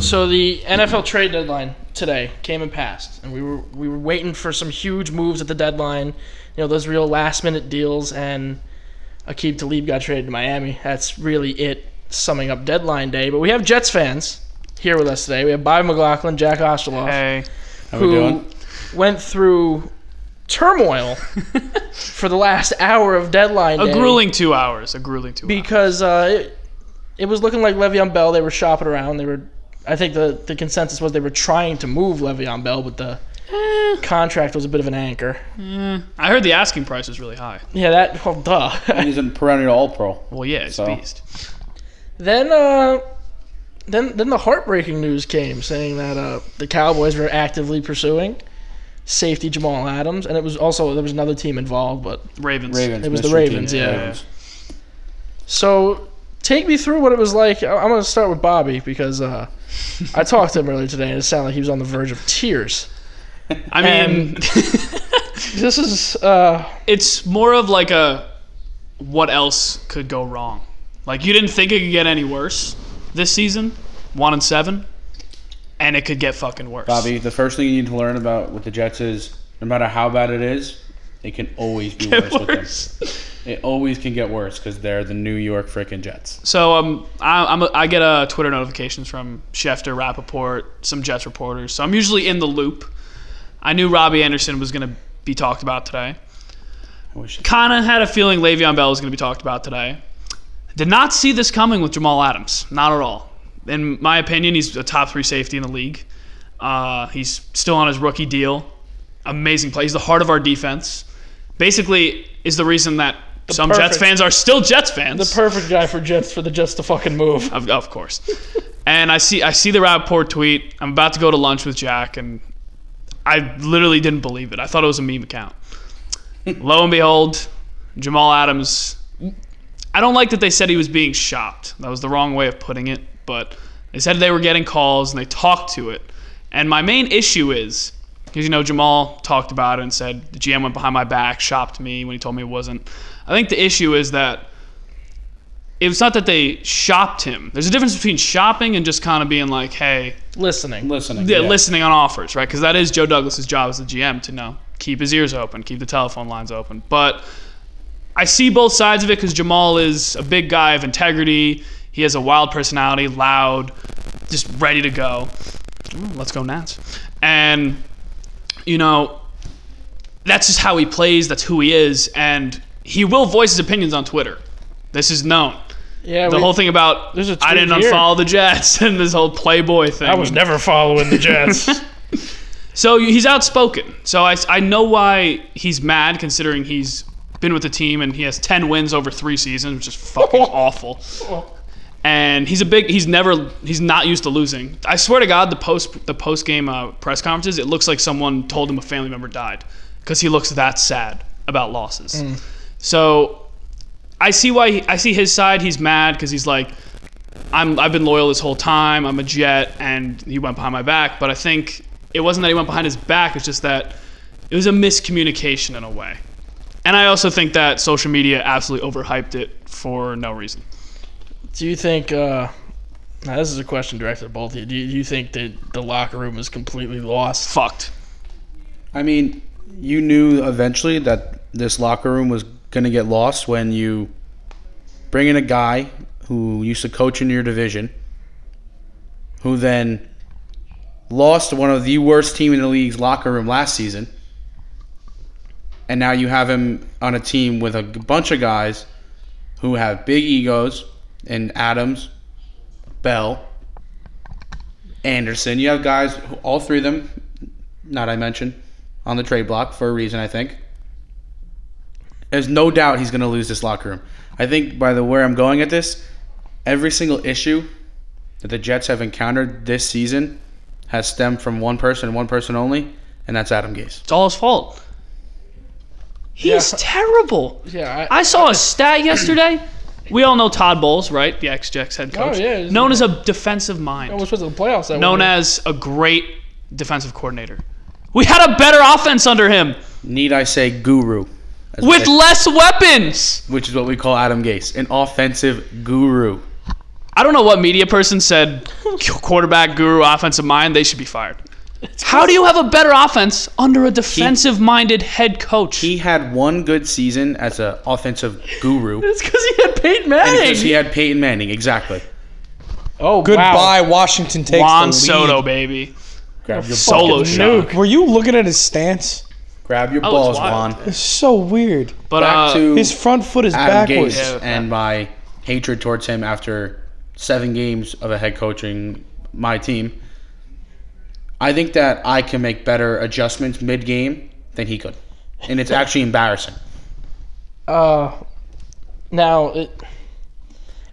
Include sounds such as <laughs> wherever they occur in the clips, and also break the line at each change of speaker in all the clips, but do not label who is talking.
so the NFL trade deadline today came and passed, and we were we were waiting for some huge moves at the deadline. You know, those real last minute deals, and Akib Talib got traded to Miami. That's really it, summing up deadline day. But we have Jets fans here with us today. We have Bobby McLaughlin, Jack Osterloff,
Hey.
How we
who
doing?
went through
<laughs>
turmoil for the last hour of deadline
A
day
grueling two hours. A grueling two hours.
because uh, it, it was looking like Le'Veon Bell. They were shopping around. They were, I think the the consensus was they were trying to move Le'Veon Bell, but the contract was a bit of an anchor.
I heard the asking price was really high.
Yeah, that well, duh.
He's a perennial All Pro.
Well, yeah, it's
So?
a beast.
<laughs> then uh, then then the heartbreaking news came saying that uh, the Cowboys were actively pursuing safety Jamal Adams, and it was also there was another team involved, but
Ravens.
Ravens.
It was the
Michigan
Ravens,
team,
yeah.
Ravens.
So take me through what it was like. I- I'm going to start with Bobby because uh, I talked to him earlier today, and it sounded like he was on the verge of tears.
I mean,
This is uh,
<laughs> it's more of like a what else could go wrong. Like you didn't think it could get any worse this season, one and seven, and it could get fucking worse. <laughs>
Bobby, the first thing you need to learn about with the Jets is no matter how bad it is, it can always be worse,
Get
with
worse.
them. It always can get worse because they're the New York freaking Jets.
So um, I, I'm a, I get uh, Twitter notifications from Schefter, Rappaport, some Jets reporters. So I'm usually in the loop. I knew Robbie Anderson was going to be talked about today.
I wish.
kind of had a feeling Le'Veon Bell was going to be talked about today. Did not see this coming with Jamal Adams, not at all. In my opinion, he's a top three safety in the league. Uh, he's still on his rookie deal. Amazing play. He's the heart of our defense. Basically, is the reason that some Jets
perfect-
fans are still Jets fans.
the perfect guy for Jets for the Jets to fucking move.
<laughs> Of, of course. and I see I see the Rapport tweet. I'm about to go to lunch with Jack, and I literally didn't believe it. I thought it was a meme account. Lo and behold, Jamal Adams. I don't like that they said he was being shopped. That was the wrong way of putting it, but they said they were getting calls and they talked to it. And my main issue is because you know Jamal talked about it and said the GM went behind my back, shopped me when he told me it wasn't. I think the issue is that it's not that they shopped him. There's a difference between shopping and just kind of being like, hey,
Listening.
Listening.
yeah, listening on offers, right? Because that is Joe Douglas's job as the GM to know keep his ears open, keep the telephone lines open. But I see both sides of it because Jamal is a big guy of integrity. He has a wild personality, loud, just ready to go. Ooh, let's go Nats. And you know, that's just how he plays. That's who he is, and he will voice his opinions on Twitter. This is known.
Yeah,
The
we-
whole thing about
There's a
I
tweet
didn't
here.
unfollow the Jets <laughs> and this whole Playboy thing.
I was never following the <laughs> Jets.
So he's outspoken. So I, I know why he's mad, considering he's been with the team and he has 10 wins over three seasons, which
<laughs>
is fucking awful. And he's a big. He's never. He's not used to losing. I swear to God, the post the post game uh, press conferences, it looks like someone told him a family member died, because he looks that sad about losses. So I see why. He, I see his side. He's mad because he's like, I'm, I've been loyal this whole time. I'm a Jet, and he went behind my back. But I think it wasn't that he went behind his back. It's just that it was a miscommunication in a way. And I also think that social media absolutely overhyped it for no reason.
Do you think? Uh, now this is a question directed at both of you. Do you, do you think that the locker room is completely lost?
Fucked.
I mean, you knew eventually that this locker room was going to get lost when you bring in a guy who used to coach in your division, who then lost to one of the worst team in the league's locker room last season, and now you have him on a team with a g- bunch of guys who have big egos and Adams, Bell, Anderson. You have guys, who, all three of them, not I mentioned, on the trade block for a reason, I think. There's no doubt he's going to lose this locker room. I think by the where I'm going at this, every single issue that the Jets have encountered this season has stemmed from one person, one person only, and that's Adam Gase.
It's all his fault. He is
Yeah.
terrible.
Yeah. I,
I saw a stat yesterday. We all know Todd Bowles, right? The ex-Jets head coach.
Oh, yeah, he's-
Known as a defensive mind.
I was supposed to the playoffs. That
known
one.
as a great defensive coordinator. We had a better offense under him
Need I say guru? as-
with less weapons.
which is what we call Adam Gase, an offensive guru.
I don't know what media person said quarterback guru offensive mind. They should be fired. How do you have a better offense under a defensive minded head coach?
He had one good season as an offensive guru
It's because he had Peyton
because he
Manning.
had Peyton Manning. Exactly.
Oh, goodbye, Washington takes the
Juan
lead.
Soto, baby. Oh,
Grab your
Solo
balls.
shot.
Were you looking at his stance?
Grab your
Oh,
balls,
it's wild.
Juan.
It's so weird.
But
Back
uh,
to
His front foot is
Adam
backwards.
Gase and my hatred towards him after seven games of a head coaching my team. I think that I can make better adjustments mid game than he could. And it's actually embarrassing.
Uh, now it,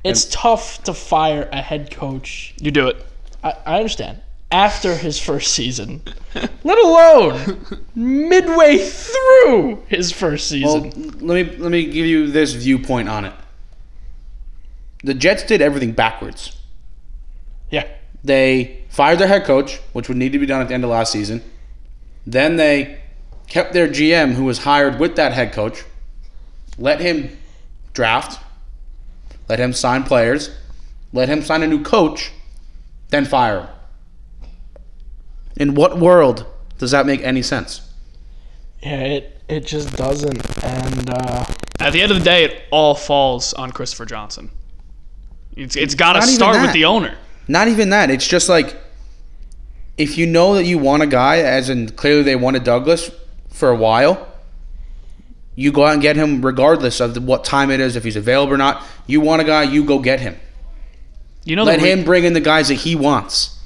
it's tough to fire a head coach.
you do it.
I, I understand after his first
<laughs>
season, let alone midway through his first
Well,
season.
let me let me give you this viewpoint on it. The Jets did everything backwards.
yeah,
They fired their head coach, which would need to be done at the end of last season. Then they kept their GM, who was hired with that head coach, let him draft, let him sign players, let him sign a new coach, then fire him. In what world does that make any sense?
yeah, it it just doesn't. And uh,
At the end of the day, it all falls on Christopher Johnson. It's, it's got to
Not even
start with
that.
the owner.
Not even that. It's just like if you know that you want a guy, as in clearly they wanted Douglas for a while, you go out and get him regardless of the- what time it is, if he's available or not. You want a guy, you go get him.
You know
Let
the re-
him bring in the guys that he wants,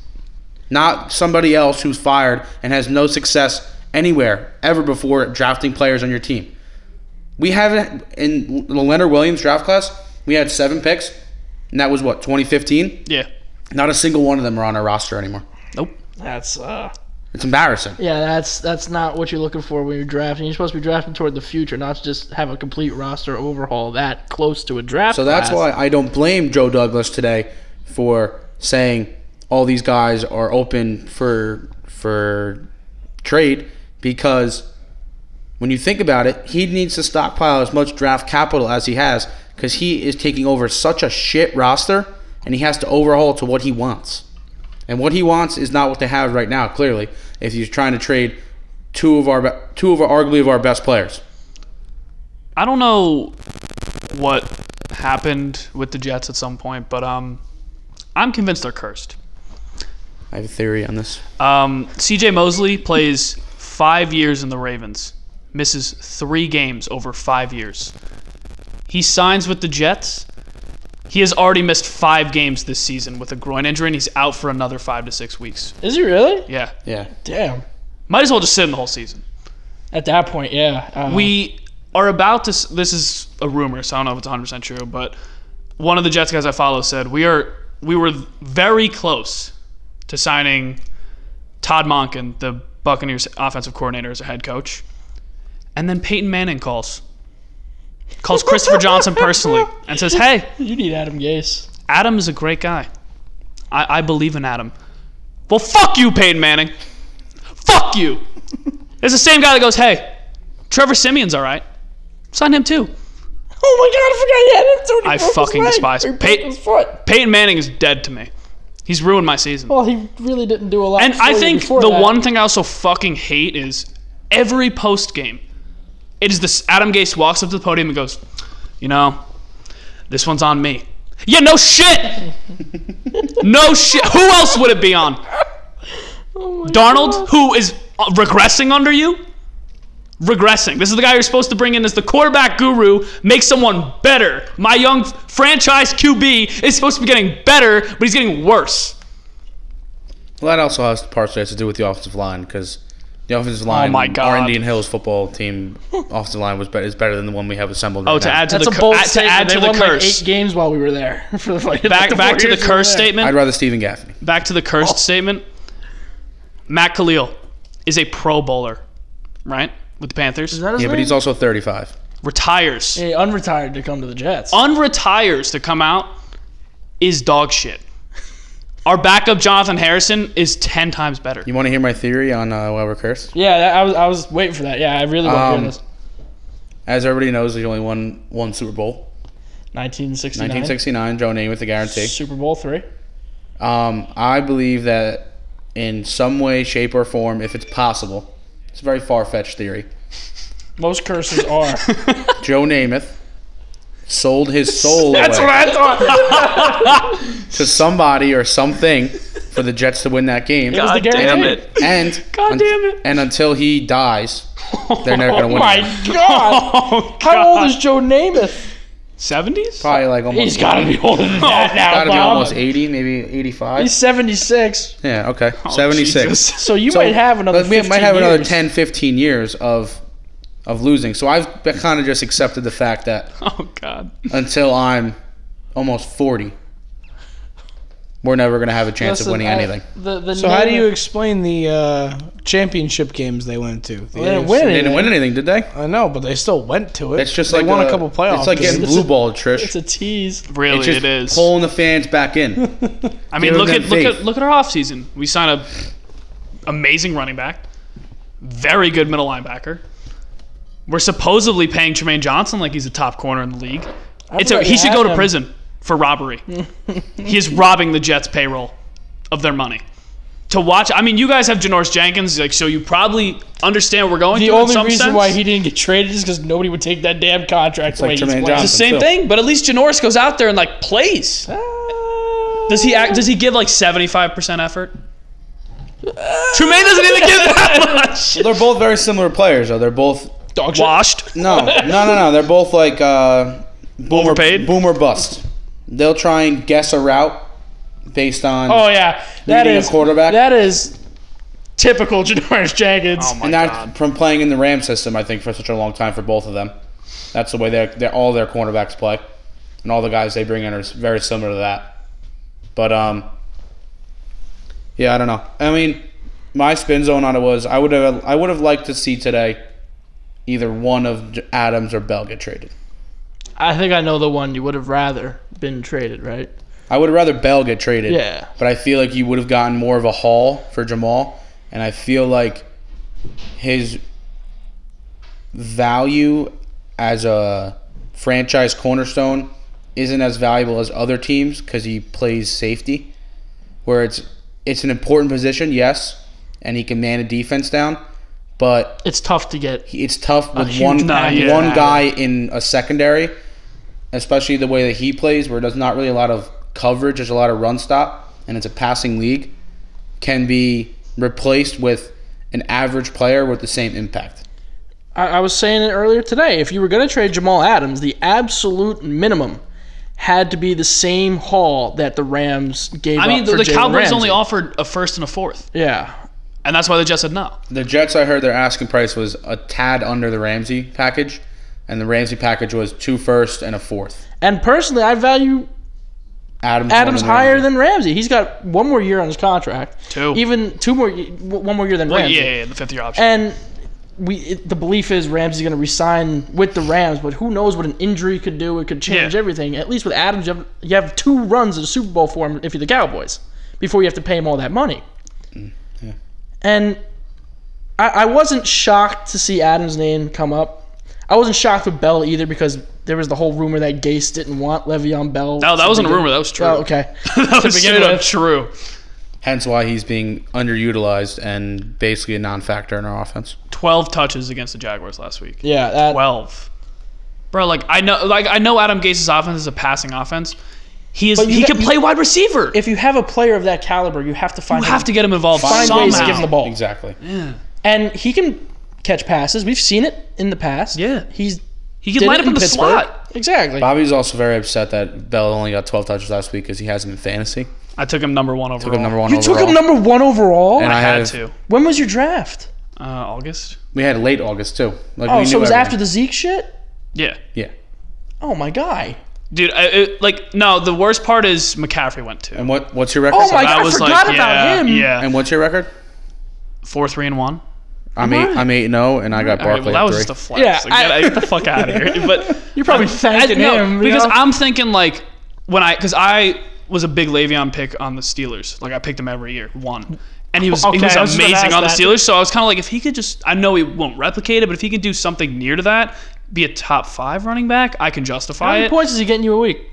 not somebody else who's fired and has no success anywhere ever before drafting players on your team. We haven't in the Leonard Williams draft class. We had seven picks, and that was what 2015.
Yeah.
Not a single one of them are on our roster anymore.
Nope.
that's uh,
It's embarrassing.
yeah, that's that's not what you're looking for when you're drafting. You're supposed to be drafting toward the future, not to just have a complete roster overhaul that close to a draft.
So that's
class.
why I don't blame Joe Douglas today for saying all these guys are open for for trade because when you think about it, he needs to stockpile as much draft capital as he has because he is taking over such a shit roster and he has to overhaul to what he wants. And what he wants is not what they have right now. Clearly, if he's trying to trade two of our be- two of our, arguably of our best players.
I don't know what happened with the Jets at some point, but um, I'm convinced they're cursed.
I have a theory on this.
Um, CJ Mosley plays five years in the Ravens, misses three games over five years. He signs with the Jets. He has already missed five games this season with a groin injury, and he's out for another five to six weeks.
is he really?
Yeah.
Yeah.
Damn.
Might as well just sit in the whole season.
At that point, yeah. Uh,
We are about to. s- This is a rumor, so I don't know if it's 100 percent true, but one of the Jets guys I follow said we are we were very close to signing Todd Monken, the Buccaneers offensive coordinator, as a head coach, and then Peyton Manning calls calls Christopher Johnson personally and says, "Hey,
you need Adam Gase.
Adam is a great guy. I, I believe in Adam. Well, fuck you, Peyton Manning. Fuck you. It's the same guy that goes, hey, Trevor Simeon's all right. Sign him too.
Oh my god, I forgot he had him. Tony
I
broke his
fucking
leg.
despise
He
him.
broke
Peyton-
his foot.
Peyton Manning is dead to me. He's ruined my season.
Well, he really didn't do a lot.
And
for
I
you
think
before
the
that.
one thing I also fucking hate is every post game, it is this Adam Gase walks up to the podium and goes, You know, this one's on me. Yeah,
<laughs>
no shit! no shit. Who else would it be on?
Oh
Darnold, who is uh, regressing under you? Regressing. This is the guy you're supposed to bring in as the quarterback guru, make someone better. My young franchise QB is supposed to be getting better, but he's getting worse.
Well, that also has partially has to do with the offensive line because the offensive line,
Oh my God.
our Indian Hills football team <laughs> offensive line was be- is better than the one we have assembled.
Oh,
right
to
now.
add to
That's
the
a
cur-
bold
add- to
statement.
add to
they
the
won
curse.
like eight games while we were there. <laughs> For like
back
the
back to the
Warriors
cursed
were there.
statement.
I'd rather Stephen Gaffney.
back to the cursed
Oh.
statement. Matt Khalil is a Pro Bowler, right? With the Panthers,
Is that his
Yeah, but
name?
he's also 35.
retires,
He unretired to come to the Jets.
unretires to come out is dog shit. Our backup Jonathan Harrison is ten times better. <laughs>
You want to hear my theory on uh, why we're cursed?
yeah, that, I was I was waiting for that. Yeah, I really want to
Um,
hear this.
As everybody knows, there's only one one Super Bowl.
1969.
1969, Joe Namath, the guarantee.
Super Bowl three.
Um, I believe that in some way, shape, or form, if it's possible, it's a very far fetched theory.
Most curses are. <laughs>
Joe Namath
<laughs>
sold his soul
That's
away
what I thought.
to somebody or something for the Jets to win that game.
It was the
God damn
guarantee. <laughs>
it.
And
God
un-
damn it.
And until he dies, they're never gonna
Oh
win.
my
it.
God!
Oh,
How old is Joe Namath?
70s?
Probably like almost.
He's got to be older than that now,
gotta be
Bob.
almost 80, maybe 85.
He's 76.
yeah. Okay.
Oh,
76.
Jesus.
So you
So,
might have another.
but we
15
might have another
years.
10, 15 years of of losing. So I've kind of just accepted the fact that
<laughs> Oh God.
until I'm almost 40, we're never going to have a chance
Listen,
of winning
I-
anything.
The, the
So how do you
Namath-
explain the uh, championship games they went to? The
They didn't
AFC.
win
They didn't
anything.
win anything, did they?
I know, but they still went to it.
It's just
they
like
won a, couple playoff
It's like
games.
getting
games.
blue ball, Trish.
It's a tease. <laughs>
Really,
It's just
it is.
pulling the fans back in.
I mean,
Give
look
them
at look
faith.
at look at our offseason. We signed a amazing running back, very good middle linebacker. We're supposedly paying Tremaine Johnson like he's a top corner in the league. It's a,
forgot
he
you
should
had
go to
him.
prison for
<laughs>
robbery. he is robbing the Jets payroll of their money. To watch, I mean, you guys have Janoris Jenkins, like, so you probably understand what we're going
The
through in
only
some
reason
sense.
why he didn't get traded is because nobody would take that damn contract away.
like
he's
Jermaine
playing.
It's the same
Johnson, too.
thing, but at least Janoris goes out there and like plays. Does he act? Does he give like seventy five percent effort? Tremaine doesn't even give <laughs> that much.
They're both very similar players, though. They're both
Dog shit.
Washed.
no, no, no, no. They're both like uh, boomer,
Overpaid?
boomer bust. They'll try and guess a route based on.
Oh yeah, that
Leading a
is
quarterback?
That is typical Janoris Jenkins.
Oh my
and
god.
that from playing in the Ram system, I think for such a long time for both of them. That's the way they're, they're all their cornerbacks play, and all the guys they bring in are very similar to that. But um, yeah, I don't know. I mean, my spin zone on it was I would have I would have liked to see today either one of J- Adams or Bell get traded.
I think I know the one you would have rather been traded, right?
I would rather Bell get traded.
Yeah.
But I feel like you would have gotten more of a haul for Jamal, and I feel like his value as a franchise cornerstone isn't as valuable as other teams because he plays safety, where it's it's an important position, yes, and he can man a defense down, but
It's tough to get.
it's tough with
huge
one
guy,
yeah.
one guy in a secondary, especially the way that he plays, where there's not really a lot of coverage. There's a lot of run stop, and it's a passing league. Can be replaced with an average player with the same impact.
I, I was saying it earlier today. If you were going to trade Jamal Adams, the absolute minimum had to be the same haul that the Rams gave.
I mean,
up
the,
for
the
Jalen
Cowboys
Ramsey.
only offered a first and a fourth,
Yeah,
and that's why the Jets said no.
The Jets, I heard their asking price was a tad under the Ramsey package, and the Ramsey package was two first and a fourth.
and personally, I value
Adams,
Adams higher than Ramsey. He's got one more year on his contract.
Two.
Even two more. y- One more year than
But
Ramsey.
yeah, yeah, the fifth year option.
And we it, the belief is Ramsey's going to resign with the Rams, but who knows what an injury could do? It could change
Yeah.
everything. At least with Adams, you have, you have two runs at the Super Bowl for him if you're the Cowboys before you have to pay him all that money. And I, I wasn't shocked to see Adams' name come up. I wasn't shocked with Bell either because there was the whole rumor that Gase didn't want Le'Veon Bell.
no, that
to
wasn't a
begin-
rumor. That was true.
Oh,
<laughs>
okay.
that was
begin
straight up
with.
true.
Hence why he's being underutilized and basically a non-factor in our offense.
Twelve touches against the Jaguars last week.
Yeah, that,
12. Bro, like I know like I know Adam Gase's offense is a passing offense. He is
But you
he
got-
can
you-
play wide receiver. If
if you have a player of that caliber, you have to
you
find
have to get him involved
find
somehow.
ways to give him the ball.
Exactly.
and he can catch passes. We've seen it in the past.
Yeah.
he's
He can
did
line
it
up in the
Pittsburgh.
slot.
Exactly.
Bobby's also very upset that Bell only got 12 touches last week because he has him in fantasy.
I took him number 1 overall.
Took him number one
you
overall.
took him number one overall.
And
I,
I
had
have-
to.
when was your draft?
Uh, August.
We had late August too. Like
Oh,
we
so
knew
it was
everything.
after the Zeke shit.
Yeah.
yeah.
Oh my guy.
Dude, I, it, like no, the worst part is McCaffrey went to.
And what what's your record?
Oh my
That
God, I
was
forgot
like
about
yeah,
him.
yeah.
And what's your record?
4-3 and 1.
I'm eight. I'm eight and zero, and I got
All right,
Barkley
well, that was
at
just
three.
a flex.
Yeah,
Like, get,
I-
get the fuck out
<laughs>
of here. But
You're probably
I,
thanking
no,
him
because
you know?
I'm thinking like when I because I was a big Le'Veon pick on the Steelers. Like I picked him every year, one, and he was
Okay,
he was
I was just gonna
amazing
ask
on the
that.
Steelers. So I was kind of like, if he could just, I know he won't replicate it, but if he could do something near to that, be a top five running back, I can justify
How many
it.
points is he getting you a week?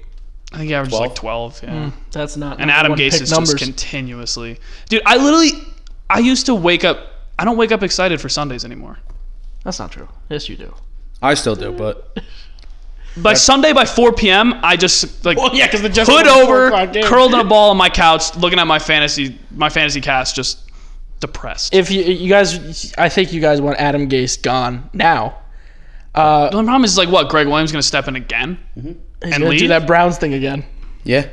I think he averages like 12. Yeah.
That's not.
And Adam Gase is just continuously. Dude, I literally, I used to wake up. I don't wake up excited for Sundays anymore.
That's not true. Yes, you do.
I still do, but
By Sunday by 4 p.m., I just like
Oh, yeah, because the Jets
hood over, curled in a ball on my couch, looking at my fantasy my fantasy cast, just depressed.
If you you guys, I think you guys want Adam Gase gone now. Uh,
the only problem is like what Greg Williams gonna step in
<laughs>
again
he's
and
gonna do
leave.
that Browns thing again.
yeah,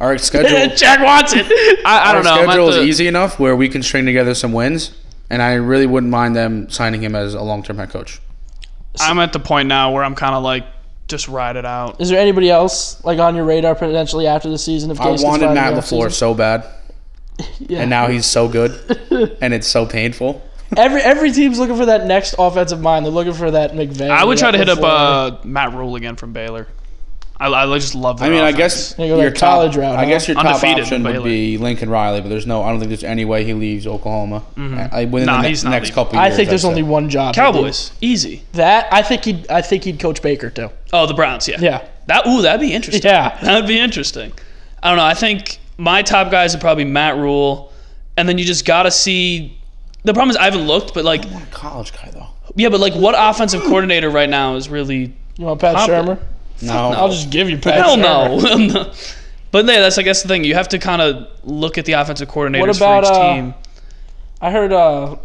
our schedule
Jack Watson. I, I
our
don't know. I'm at
schedule is
the-
easy enough where we can string together some wins, and I really wouldn't mind them signing him as a long-term head coach.
I'm at the point now where I'm kind of like just ride it out.
Is there anybody else like on your radar potentially after the season? If
I
Gase gets
wanted
fired
Matt
in the
Lafleur
offseason?
so bad,
Yeah.
and now he's so good, and it's so painful.
<laughs> every every team's looking for that next offensive mind. They're looking for that McVay.
I would
that
try to hit up
LaFleur.
uh, Matt Rule again from Baylor. I, I just love.
I
their
mean, I
offense.
guess
They go
your
like
top,
college route,
I
huh?
guess your top
Undefeated,
option
but
would be Lincoln Riley, but there's no. I don't think there's any way he leaves Oklahoma. I, I- within
Nah,
the ne-
he's not
next
leaving.
couple.
I
years,
think
I'd
there's
say.
only one job. to do.
Cowboys easy.
That I think he'd I think he'd coach Baker too.
Oh, the Browns. Yeah.
Yeah.
That ooh, that'd be interesting.
Yeah.
<laughs> That'd be interesting. I don't know. I think my top guys are probably Matt Rule, and then you just gotta see. The problem is I haven't looked, but like,
college guy though.
yeah, but like, what offensive coordinator right now is really?
You want Pat
Pop it.
Shermer?
No,
I'll just give you Pat.
Hell
Shermer.
no. <laughs> but yeah, that's I guess the thing. You have to kind of look at the offensive coordinators
about,
for each
uh,
team.
I heard uh,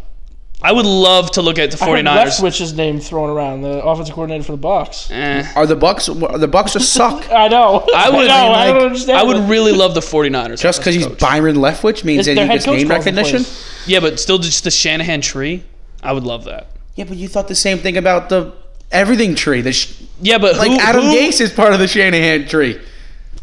I would love to look at the
I heard
49ers.
Leftwich's name thrown around, the offensive coordinator for the Bucks.
Eh.
are the Bucks? are The Bucks just
<laughs>
suck.
I know.
I would,
know. I
like,
don't understand.
I would
it.
really love
<laughs>
the 49ers.
Just because he's Byron Leftwich means
Their
that he
head
gets
coach
name
calls the
recognition.
plays.
yeah, but still just the Shanahan tree. I would love that.
Yeah, but you thought the same thing about the everything tree. The sh-
Yeah, but
like
who,
Adam
who,
Gase is part of the Shanahan tree.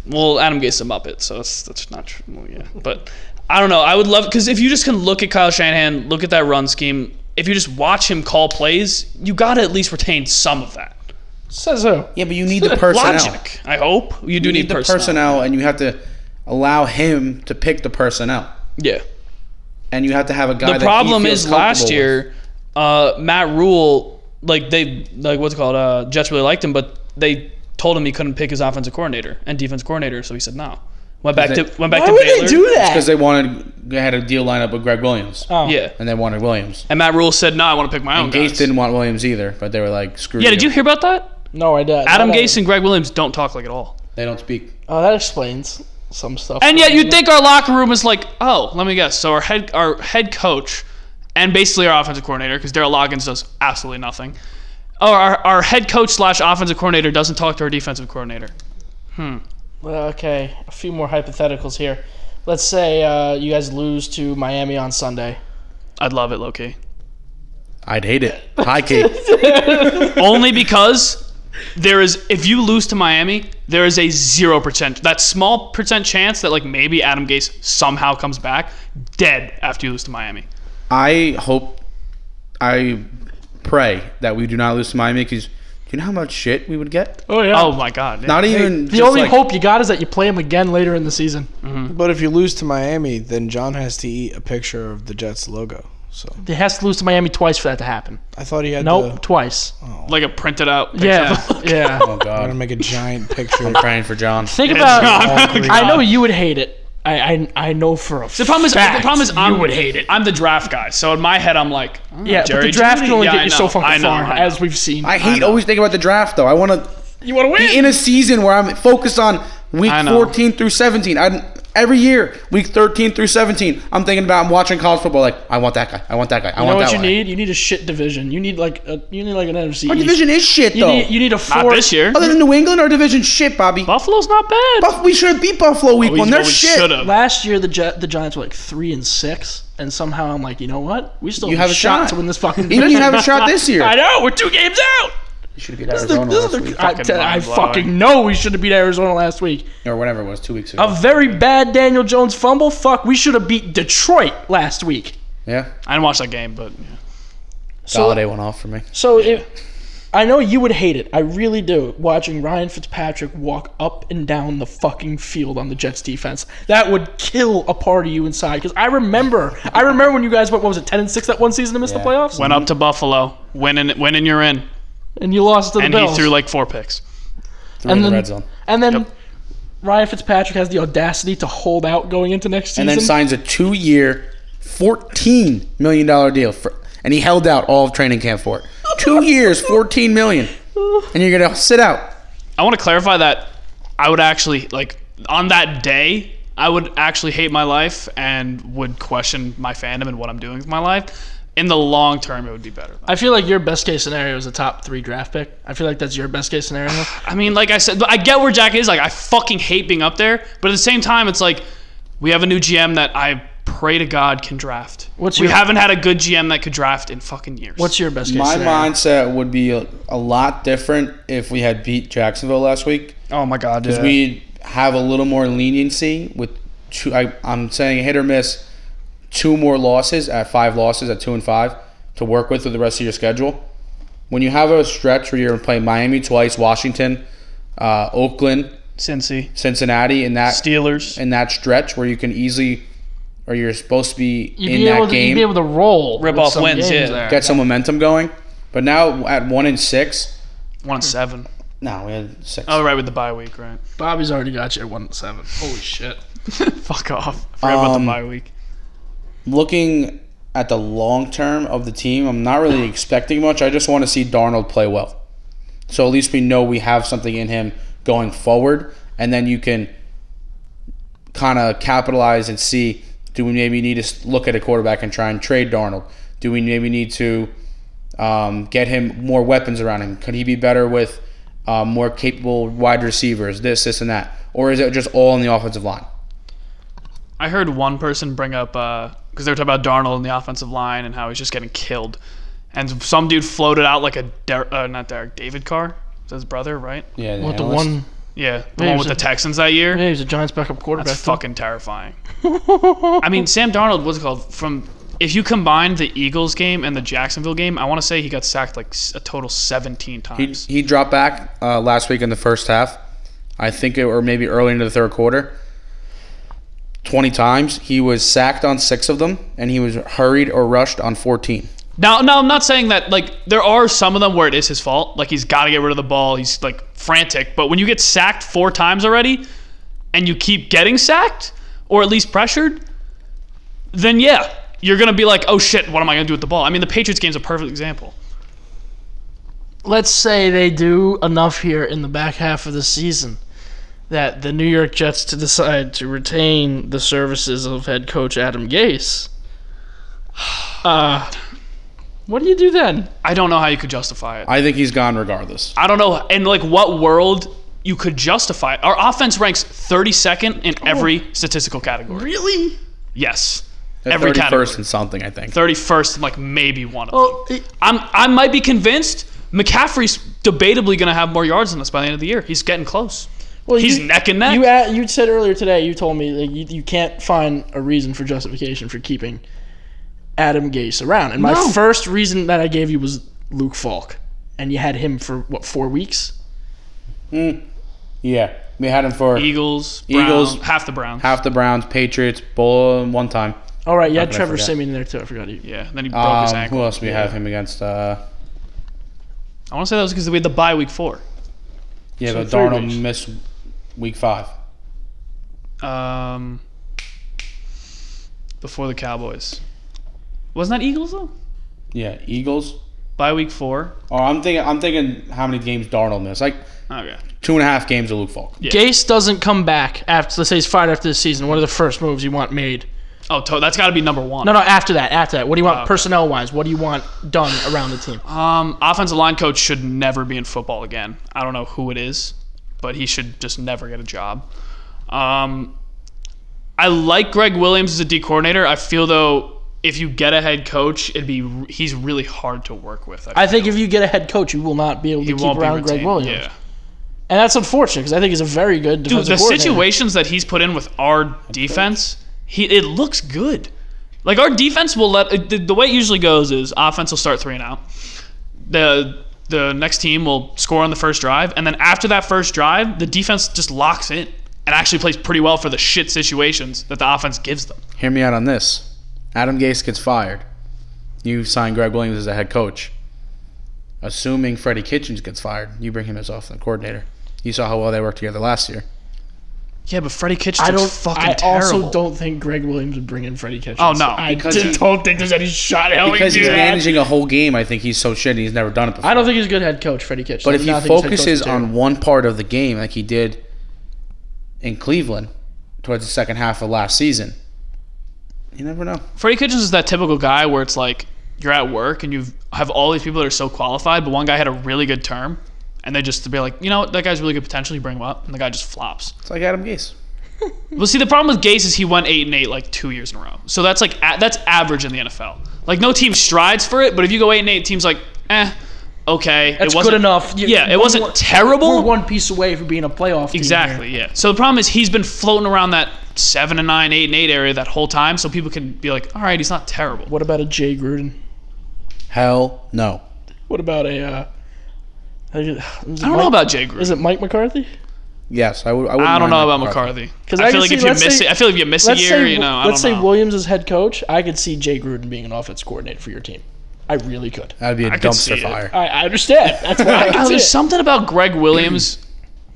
Well, Adam Gase a Muppet, so that's that's not true. Well, yeah, but I don't know. I would love because if you just can look at Kyle Shanahan, look at that run scheme. If you just watch him call plays, you got to at least retain some of that
Says who?
Yeah, but you need <laughs> the personnel.
logic. I hope you do
You
need,
need the
personnel.
personnel, and you have to allow him to pick the personnel,
Yeah.
and you have to have a guy.
The
that he
problem
feels
is last
comfortable with.
year, uh, Matt Rule, like they like what's it called uh, Jets really liked him, but they told him he couldn't pick his offensive coordinator and defense coordinator, so he said no. Went back
They-
to went back
Why
to
would
Baylor.
they do that?
because they wanted they had a deal lined up with Greg Williams,
Oh.
Yeah.
and they wanted Williams.
And Matt Rule said, "No, I want to pick my own
And Gase
guys."
didn't want Williams either, but they were like, "Screw
yeah, did you hear about that?
No, I did.
Adam
Not
Gase and Greg Williams don't talk like at all.
They don't speak.
Oh, that explains some stuff.
And yet you'd think our locker room is like, oh, let me guess. So our head our head coach and basically our offensive coordinator, because Daryl Loggins does absolutely nothing. Oh, our, our head coach slash offensive coordinator doesn't talk to our defensive coordinator.
Well, okay, a few more hypotheticals here. Let's say uh, you guys lose to Miami on Sunday.
I'd love it, Loki.
I'd
<laughs>
hate it. Hi, Kate.
Only because there is if you lose to Miami, there is a zero percent that small percent chance that like maybe Adam Gase somehow comes back dead after you lose to Miami.
I hope, I pray that we do not lose to Miami because do you know how much shit we would get?
Oh yeah.
Oh my god. yeah.
Not e- even
the
just
only
like-
hope you got is that you play him again later in the season.
But if you lose to Miami, then John has to eat a picture of the Jets logo. So
He has to lose to Miami twice for that to happen.
I thought he had
Nope,
to.
twice.
like a printed out picture.
Yeah, <laughs> yeah.
Oh
I'm gonna
God,
make a
<laughs>
giant picture.
I'm praying for John.
Think about. <laughs> I know you would hate it. I I, I know for a
The problem is, the problem is, I'm,
you would hate it.
I'm the draft guy, so in my head, I'm like, oh,
yeah,
Jerry
but the draft can
Judy.
only
Yeah,
get
I
you
know,
so fucking
I know,
far,
I know.
as we've seen.
I hate always thinking about the draft though. I want to
you want to win?
be in a season where I'm focused on week
I know.
14 through 17. I'm every year, week 13 through 17, I'm thinking about I'm watching college football. Like I want that guy. I want that guy. I
You know
want
what
that
you
guy.
need? You need a shit division. You need like a you need like an NFC.
Our
East.
division is shit
You
though.
need you need a four.
not this year.
Other than New England, our division shit, Bobby.
Buffalo's not bad.
Buff- we should have beat Buffalo
Oh,
week one. They're shit.
have.
Last year the Gi- the Giants were like three and six, and somehow I'm like, you know what? We still
You
have, a
have a
shot,
shot.
to win this fucking.
You don't even have a
division. <laughs>
shot this year.
I know we're two games out.
You should have beat
This is the-
Arizona
this is
last
the-
week.
I,
Fucking
tell- I
mind-blowing.
fucking know we should have beat Arizona last week.
or whatever it was, two weeks ago.
A very bad Daniel Jones fumble. Fuck, we should have beat Detroit last week.
yeah,
I didn't watch that game, but yeah.
So
Galladay went off for me.
So if I know you would hate it, I really do. Watching Ryan Fitzpatrick walk up and down the fucking field on the Jets defense, that would kill a part of you inside. Because I remember, I remember when you guys went what was it, ten and six that one season to miss the playoffs.
went up to Buffalo, winning, winning, you're in.
and you lost to the
and
Bills.
he threw like four picks.
Threw
And
in the
then-
red zone.
and then
Yep.
Ryan Fitzpatrick has the audacity to hold out going into next season.
And then signs a two year, $14 million deal. For, and he held out all of training camp for it.
<laughs>
Two years, $14 million. And you're going to sit out.
I want to clarify that I would actually like on that day I would actually hate my life and would question my fandom and what I'm doing with my life. In the long term, it would be better.
I feel like your best case scenario is a top three draft pick. I feel like that's your best case scenario.
I mean, like I said, I get where Jack is. Like, I fucking hate being up there, but at the same time, it's like we have a new GM that I pray to God can draft.
What's
we
your-
haven't had a good GM that could draft in fucking years.
What's your best case
My
scenario?
mindset would be a, a lot different if we had beat Jacksonville last week.
oh my god,
uh,
dude.
We'd have a little more leniency with two. I, I'm saying hit or miss, two more losses at five losses at two and five to work with for the rest of your schedule. When you have a stretch where you're playing Miami twice, Washington, uh, Oakland,
Cincy
Cincinnati, in that
Steelers.
in that stretch where you can easily, or you're supposed to be
You'd
in
be,
that
able to,
game
you'd be able to roll.
Rip
with
off
some
wins,
games
yeah.
there.
get some momentum going. But now at one and six,
One and seven.
no, we had six.
Oh right, with the bye week,
<laughs>
right?
Bobby's already got you at one seven. Holy shit.
Fuck off. I forgot about the
Um,
bye week.
Looking at the long term of the team, I'm not really expecting much. I just want to see Darnold play well. So at least we know we have something in him going forward, and then you can kind of capitalize and see do we maybe need to s- look at a quarterback and try and trade Darnold? Do we maybe need to um, get him more weapons around him? Could he be better with uh, more capable wide receivers? This, this, and that, or is it just all in the offensive line?
I heard one person bring up because they were talking about Darnold and the offensive line and how he's just getting killed, and some dude floated out like a Der- uh, not Derek David Carr, Is that his brother, right?
Yeah,
With the one,
Yeah, the
Yeah,
one
he's
with the
a-
Texans that year.
yeah, he's a Giants backup quarterback.
That's fucking terrifying. I mean, Sam Darnold, what's it called? From if you combine the Eagles game and the Jacksonville game, I want to say he got sacked like s- a total 17
He,
times.
he dropped back uh, last week in the first half. I think it or maybe early into the third quarter. 20 times. He was sacked on 6 of them and he was hurried or rushed on 14.
now, now I'm not saying that like there are some of them where it is his fault. Like he's got to get rid of the ball. He's like frantic. But when you get sacked four times already, and you keep getting sacked or at least pressured, then yeah, you're gonna be like, oh shit, what am I gonna do with the ball? I mean, the Patriots game's a perfect example.
<laughs> Let's say they do enough here in the back half of the season that the New York Jets to decide to retain the services of head coach Adam Gase. Uh, what do you do then?
I don't know how you could justify it.
I think he's gone regardless.
I don't know in like what world you could justify it. Our offense ranks 32nd in every statistical category.
Really?
Yes.
At
Every
31st
category.
and something, I think.
31st in like maybe one of them.
Well, it-
I'm I might be convinced McCaffrey's debatably going to have more yards than us by the end of the year. He's getting close.
well,
He's
you,
neck and neck.
you, a- you said earlier today. You told me like, you, you can't find a reason for justification for keeping Adam Gase around. And my
No.
first reason that I gave you was Luke Falk, and you had him for what four weeks?
Mm. Yeah. We had him for
Eagles,
Eagles-
Eagles, half the Browns.
half the Browns, Patriots, Bull um, one time.
All right, you had
could I
Trevor
forget?
Simeon there too. I forgot you.
yeah, then he broke his
Um, who
ankle.
else do we have him against? Uh,
I want to say that was because we had the bye week four.
yeah,
So
but
three
Darnold
weeks.
missed week five.
Um, before the Cowboys. Wasn't that Eagles though?
Yeah, Eagles.
Bye week four.
Oh, I'm thinking. I'm thinking how many games Darnold missed. Like
Okay.
two and a half games of Luke Falk.
Yeah.
Gase doesn't come back after. Let's say he's fired after this season. What are the first moves you want made?
Oh, to- that's got to be number one.
No, no, after that, after that. What do you want
Oh, okay.
personnel wise? What do you want done around the team?
Um, offensive line coach should never be in football again. I don't know who it is, but he should just never get a job. Um, I like Greg Williams as a D coordinator. I feel though, if you get a head coach, it'd be he's really hard to work with.
I think if you get a head coach, you will not be able to
he
keep
won't
around
be
Greg
retained.
Williams,
Yeah.
and that's unfortunate because I think he's a very good
Dude,
defensive
the
coordinator.
situations that he's put in with our defense, he it looks good. Like our defense will let the, the way it usually goes is offense will start three and out. The the next team will score on the first drive, and then after that first drive, the defense just locks in and actually plays pretty well for the shit situations that the offense gives them.
hear me out on this. Adam Gase gets fired. You sign Greg Williams as a head coach. assuming Freddie Kitchens gets fired, you bring him as offensive coordinator. You saw how well they worked together last year.
Yeah, but Freddie Kitchens
I don't.
fucking
I
terrible.
also don't think Greg Williams would bring in Freddie Kitchens.
Oh, no.
I
Because
just
he-
don't think there's any shot. How
Because
he
he's
do that.
managing a whole game, I think he's so shitty. He's never done it before.
I don't think he's a good head coach, Freddie Kitchens.
But
I
if
do
he
not think his head coach is
focuses
terrible.
on one part of the game, like he did in Cleveland towards the second half of last season, you never know.
Freddie Kitchens is that typical guy where it's like you're at work and you have all these people that are so qualified, but one guy had a really good term, and they just be like, you know what, that guy's really good potential. You bring him up, and the guy just flops.
It's like Adam Gase.
Well, see, the problem with Gase is he went eight and eight like two years in a row. So that's like a- that's average in the NFL. Like no team strides for it, but if you go eight and eight, teams like, eh, okay,
That's
it wasn't
good enough. You-
Yeah, it
we're
wasn't
one-
terrible.
We're one piece away from being a playoff. team
Exactly.
here.
Yeah. So the problem is he's been floating around that seven and nine, eight and eight area that whole time, so people can be like, all right, he's not terrible.
What about a Jay Gruden?
Hell no.
What about a? Uh, I don't
I don't know about Jay Gruden.
Is it Mike McCarthy?
Yes, I would. I,
I don't know about
McCarthy.
McCarthy.
'Cause
I,
I can
feel like
see-
if you
let's
miss
say-
it, I feel like if you miss a
Let's
year,
say
you know, I
let's
don't
say
know.
Williams is head coach. I could see Jay Gruden being an offense coordinator for your team. I really could.
That'd be a
could see
dumpster
it.
fire.
I, I understand. That's
<laughs>
why I
God,
can see
there's
it.
something
<clears throat>
about Greg Williams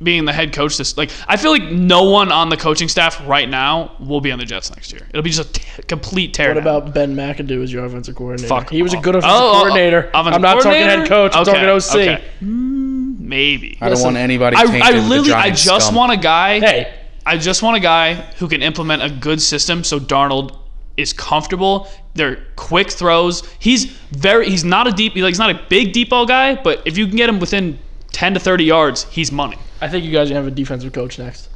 being the head coach. This like I feel like no one on the coaching staff right now will be on the Jets next year. It'll be just a t- complete tear.
What about Ben McAdoo as your offensive coordinator?
Fuck
he was a
off.
good offensive
Oh, oh, oh,
coordinator.
offensive
I'm not
coordinator?
talking head coach. I'm
Okay,
talking OC.
okay. Mm, maybe?
I don't want anybody.
I,
tainted
I
with the
literally, I
Giants
just
scum.
want a guy.
Hey,
I just want a guy who can implement a good system so Darnold is comfortable. They're quick throws. He's very he's not a deep like he's not a big deep ball guy, but if you can get him within 10 to 30 yards, he's money.
I think you guys are gonna have a defensive coach next.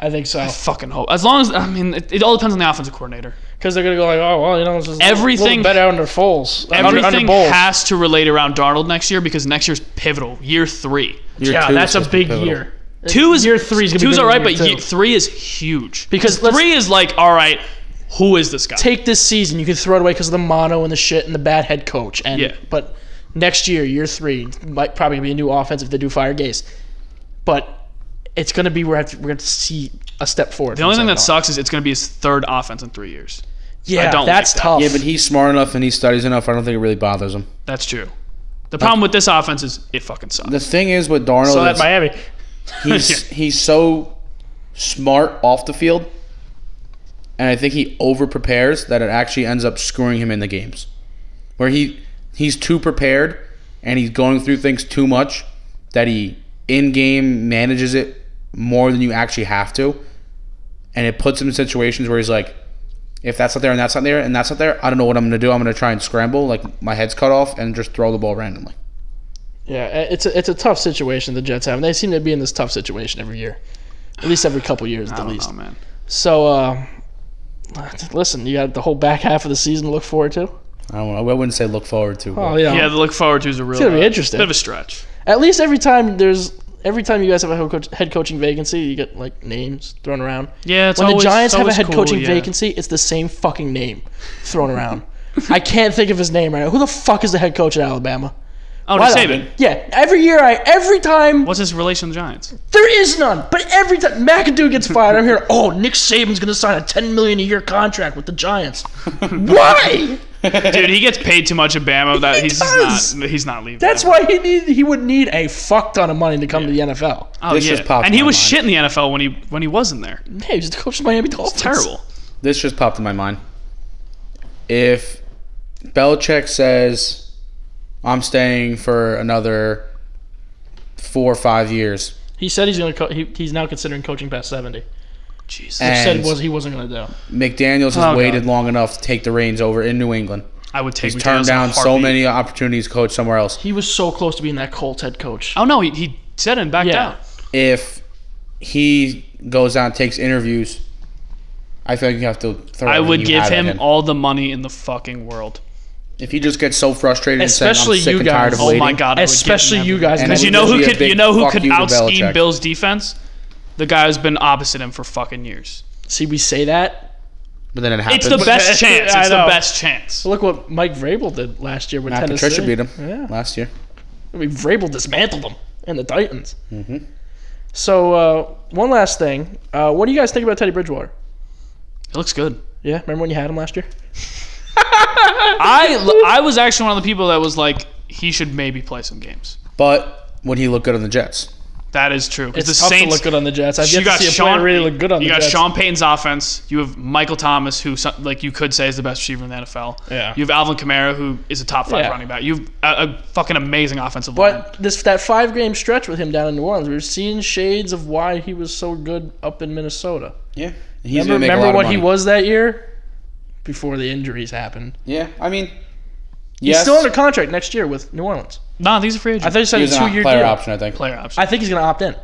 I think so.
I fucking hope. As long as I mean it, it all depends on the offensive coordinator.
Because they're gonna go like, oh well, you know, it's just a little-
Everything-
little better under Foles. Under- under
Everything
Bowles.
has to relate around Darnold next year because next year's pivotal, year 3.
Year
yeah,
two is
that's a
supposed to be
big
pivotal.
year.
2 is
Year three's gonna be
two's
bigger
all right,
than
but
year
year
two.
3 is huge.
Because let's-
3 is like all right, who is this guy?
Take this season, you can throw it away because of the mono and the shit and the bad head coach. And
Yeah.
but next year, year three might probably be a new offense if they do fire Gase. But it's gonna be we're gonna have to, we're gonna have to see a step forward.
the only thing that sucks is it's going to be his third offense in 3 years.
yeah,
I don't
that's
like that.
tough.
Yeah, but he's smart enough and he studies enough. I don't think it really bothers him.
That's true. The problem with this offense is it fucking sucks.
The thing is with Darnold,
so
is
that Miami.
<laughs> he's he's so smart off the field, and I think he over prepares that it actually ends up screwing him in the games, where he he's too prepared and he's going through things too much that he in game manages it more than you actually have to, and it puts him in situations where he's like. If that's not there and that's not there and that's not there, I don't know what I'm gonna do. I'm gonna try and scramble, like my head's cut off, and just throw the ball randomly.
Yeah, it's a it's a tough situation the Jets have, and they seem to be in this tough situation every year, at least every couple years at
I
the
don't
least.
know, man.
So, uh, listen, you got the whole back half of the season to look forward to.
I don't know. I wouldn't say look forward to. but-
Oh yeah.
Yeah, the look forward to is a real.
gonna be
uh,
interesting.
Bit of a stretch.
At least every time there's every time you guys have a head, coach, head coaching vacancy, you get like names thrown around.
Yeah, it's
when
always,
the Giants
it's
have a
always
head
cool,
coaching
yeah.
vacancy, it's the same fucking name thrown around. I can't think of his name right now. Who the fuck is the head coach at Alabama?
Oh,
Why
Nick
not?
Saban.
Yeah, every year I every time
What's his relation to the Giants?
There is none. But every time McAdoo gets fired, I'm here. Oh, Nick Saban's gonna sign a 10 million a year contract with the Giants.
<laughs>
Why?
Dude, he gets paid too much at Bama. That
He
he's
does.
just not. He's not leaving.
That's why he need he would need a fuck ton of money to come to the NFL.
Oh,
This
yeah.
just popped
and he
my
was
mind.
shit in the NFL when he when he was in there.
Hey, he's the coach of the Miami Dolphins.
It's terrible.
this just popped in my mind. If Belichick says, I'm staying for another four or five years,
He said he's gonna. Co- he, he's now considering coaching past 70.
Jesus.
Said
and
was he wasn't gonna do.
McDaniels has
Oh, God.
waited long enough to take the reins over in New England,
I would take.
he's
McDaniels
turned
in a
down so
heartbeat.
many opportunities to coach somewhere else.
He was so close to being that Colts head coach.
Oh no, he, he said it and backed
Yeah.
out.
If he goes out and takes interviews, I feel like you have to throw
I
everything
would
you
give
have at
him all the money in the fucking world.
If he just gets so frustrated and says, I'm
Especially
sick
you
and tired
guys.
of
Oh
waiting.
my god, I would give him
Especially you
everything.
guys.
And
know
Because you
would
know
just
who
be a
could you
big
know who
fuck
could
you to
out scheme
Belichick.
Bill's defense? The guy who's been opposite him for fucking years.
See, we say that.
But then it happens.
It's the
<laughs>
best chance.
I
It's the
know.
best chance.
But look what Mike Vrabel did last year with
Matt
Tennessee.
Patricia beat him
Yeah.
last year.
I mean, Vrabel dismantled them and the Titans.
Mm-hmm.
So uh, one last thing, uh, what do you guys think about Teddy Bridgewater?
It looks good.
Yeah, remember when you had him last year?
I I was actually one of the people that was like he should maybe play some games.
But would he look good on the Jets?
That is true. 'cause
It's
the
tough
Saints,
to look good on the Jets. I've
you
yet to
got
see a
Sean.
player really look good on
you
the
got
Jets.
Sean Payton's offense. You have Michael Thomas, who some- like you could say is the best receiver in the NFL.
Yeah.
You have Alvin Kamara, who is a top five
Yeah.
running back. You have a, a fucking amazing offensive line.
But this that five game stretch with him down in New Orleans, we were seeing shades of why he was so good up in Minnesota.
Yeah. He's
Remember,
gonna make a
remember
lot of
what he
money.
was that year before the injuries happened.
Yeah, I mean,
He's
yes,
still under contract next year with New Orleans.
No, these are free
I
agents.
thought you said
he
a
was
two
an
year
player
deal.
option, I think.
player option.
I think he's gonna opt in.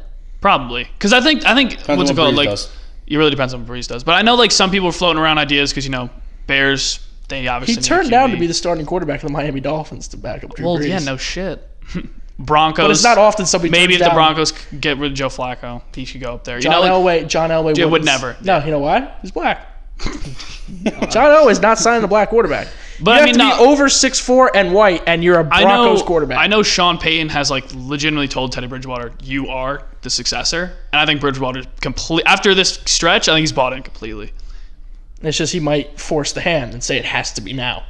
Probably because I think I think
Depends
what's it
on
called
Breeze
like
does.
it really depends on what Breeze does. But I know like some people are floating around ideas because you know Bears they obviously
He
need a
turned down
QB.
to be the starting quarterback of the Miami Dolphins to back up Drew
well
Brees.
yeah no shit <laughs> Broncos
but it's not often somebody turns
maybe if the
down.
Broncos c- get rid of Joe Flacco he should go up there
John
you know like,
Elway, John Elway
Dude, would
wouldn't-
never.
No, you know why? He's black. <laughs> John Elway's not signing a black quarterback.
but
you
I
have
mean
to
no,
be over six four and white, and you're a
I
Broncos
know
quarterback.
I know Sean Payton has like legitimately told Teddy Bridgewater you are the successor and I think Bridgewater's complete after this stretch I think he's bought in completely
It's just he might force the hand and say it has to be now.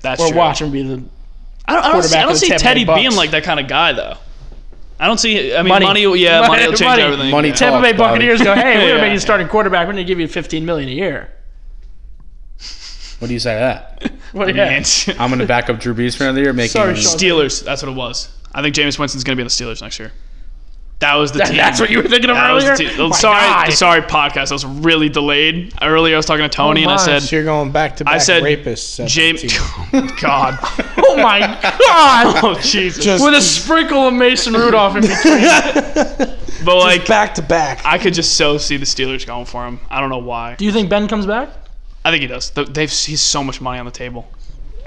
that's
Or
true.
watch him be the
I don't, I don't see,
quarterback
I don't
of the
see
Tampa Bay
Teddy
Bucks.
being like that kind of guy though. I don't see. I mean,
Money.
money. yeah, money,
Money-
will change
money.
everything.
Money
yeah. <laughs>
talks.
Tampa Bay
Talk about
Buccaneers
it.
go, hey, we're gonna
Oh, Yeah.
make you starting quarterback. We're gonna give you fifteen million a year.
What do you say to that?
What do you
Man.
have?
<laughs> I'm going to back up Drew Brees for another year, making
Sorry, Sean.
Steelers. That's what it was. I think Jameis Winston's gonna be on the Steelers next year. That was the
<laughs>
team.
That's what you were thinking of
That was
earlier. Oh
the team.
My
sorry,
God. Oh
sorry, podcast. I was really delayed. Earlier, I was talking to Tony, and I said,
so you're going back to back
said
rapists. at
<laughs>
the
James. <laughs>
team.
God.
Oh my God!
<laughs> Oh Jesus.
Just-
With a sprinkle of Mason Rudolph in between.
but <laughs> like,
<laughs> back to back.
I could just so see the Steelers going for him. I don't know why. <laughs>
Do you think Ben comes back?
I think he does. Th- They've he's so much money on the table.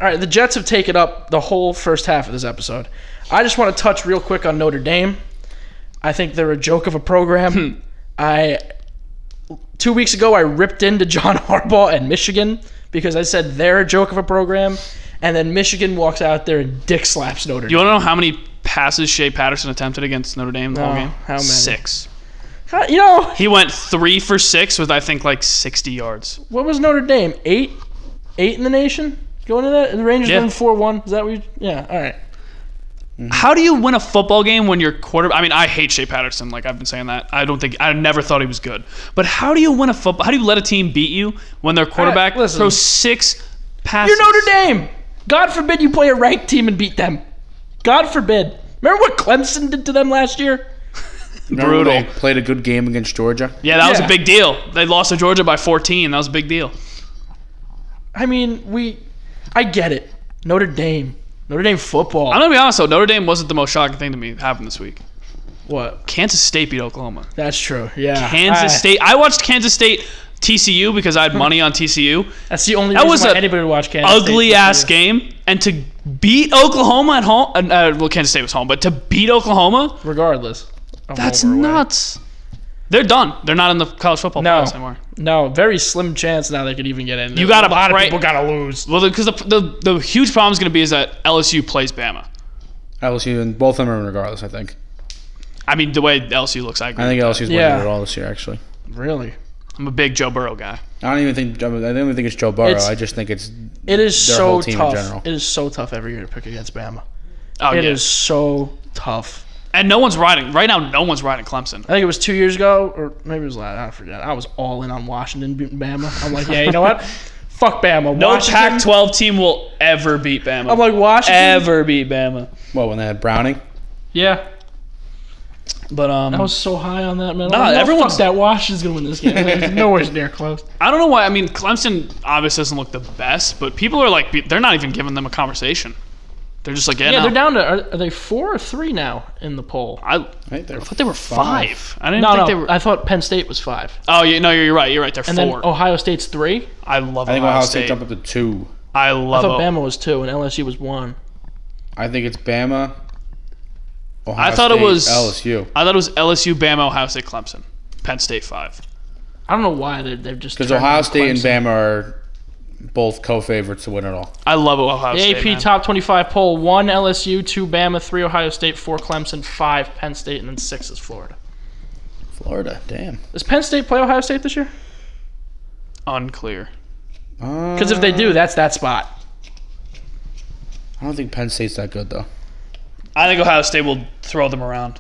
All right, the Jets have taken up the whole first half of this episode. I just want to touch real quick on Notre Dame. I think they're a joke of a
Hmm.
program. I two weeks ago I ripped into John <laughs> Harbaugh and Michigan because I said they're a joke of a program, and then Michigan walks out there and dick slaps Notre
You
Dame.
want to know how many passes Shea Patterson attempted against Notre Dame the whole
No,
game?
Oh, how many?
Six.
Huh, You know
He went three for six with I think like sixty yards.
what was Notre Dame eight, eight in the nation going to that? The Rangers
Yeah.
win four one. Is that what? You, yeah. All right.
How do you win a football game when your quarter? I mean, I hate Shea Patterson. Like I've been saying that. I don't think I never thought he was good. But how do you win a football? How do you let a team beat you when their quarterback
listen.
throws six passes?
You're Notre Dame. God forbid you play a ranked team and beat them. God forbid. Remember what Clemson did to them last year?
Remember when
Brutal.
They played a good game against Georgia.
Yeah, that was a
Yeah.
big deal. They lost to Georgia by 14. That was a big deal.
I mean, we. I get it. Notre Dame. Notre Dame football.
I'm gonna be honest though. Notre Dame wasn't the most shocking thing to me happening this week.
what?
Kansas State beat Oklahoma.
That's true. Yeah.
Kansas
I-
State. I watched Kansas State TCU because I had money on TCU.
That's the only
That
reason
was
why
a
anybody would watch Kansas State
Ugly
this
ass
year.
game, and to beat Oklahoma at home. Uh, uh, well, Kansas State was home, but to beat Oklahoma,
Regardless. of
that's
home or away.
nuts. They're done. They're not in the college football
No.
playoffs anymore.
No, very slim chance now they could even get in.
You gotta
a lot
pray-
of people gotta lose.
Well, because the, the the huge problem is going to be is that LSU plays Bama.
LSU and both of them are in regardless. I think.
I mean, the way LSU looks, I agree.
I think LSU's
Yeah.
winning it all this year. Actually,
Really?
I'm a big Joe Burrow guy.
I don't even think. I don't even think it's Joe Burrow.
It's-
I just think it's.
It is
Their
so
whole team in general.
tough. It is so tough every year to pick against Bama.
Oh
It is
yeah,
so tough.
and no one's riding right now. No one's riding Clemson.
I think it was two years ago, or maybe it was last. I forget. I was all in on Washington beating Bama. I'm like, yeah, you know
<laughs>
what? Fuck Bama.
No
Washington- Oh,
Pac-12 team will ever beat Bama.
I'm like Washington.
ever beat Bama.
Well, when they had Browning,
Yeah. But um,
I was so high on that man.
Nah,
Nah,
everyone's-
everyone's that Washington's gonna win this game. It's Nowhere near
<laughs>
close.
I don't know why. I mean, Clemson obviously doesn't look the best, but people are like, be- they're not even giving them a conversation. They're just like, yeah,
Yeah,
no.
they're down to are, are they four or three now in the poll?
I, I
I think they're
thought they were five. I didn't
No,
think
no.
they were.
I thought Penn State was five,
oh, yeah, no, you're right. You're right. They're
and
four.
then oh. Ohio State's three.
I love
I think
Ohio,
Ohio
State.
State jumped up to two.
I
I
love
thought
Ohio.
Bama was two, and LSU was one.
I think it's Bama. Ohio
I thought it
State,
was-
LSU
I thought it was LSU, Bama, Ohio State, Clemson, Penn State five.
I don't know why they're they're just
because
turned
Ohio
on
State and
Clemson.
Bama are both co-favorites to win it all.
I love Ohio
The
State.
AP
man.
top 25 poll: one LSU, two Bama, three Ohio State, four Clemson, five Penn State, and then six is Florida.
Florida, damn.
Does Penn State play Ohio State this year?
unclear.
Uh,
Because if they do, that's that spot.
I don't think Penn State's that good though.
I think Ohio State will throw them around.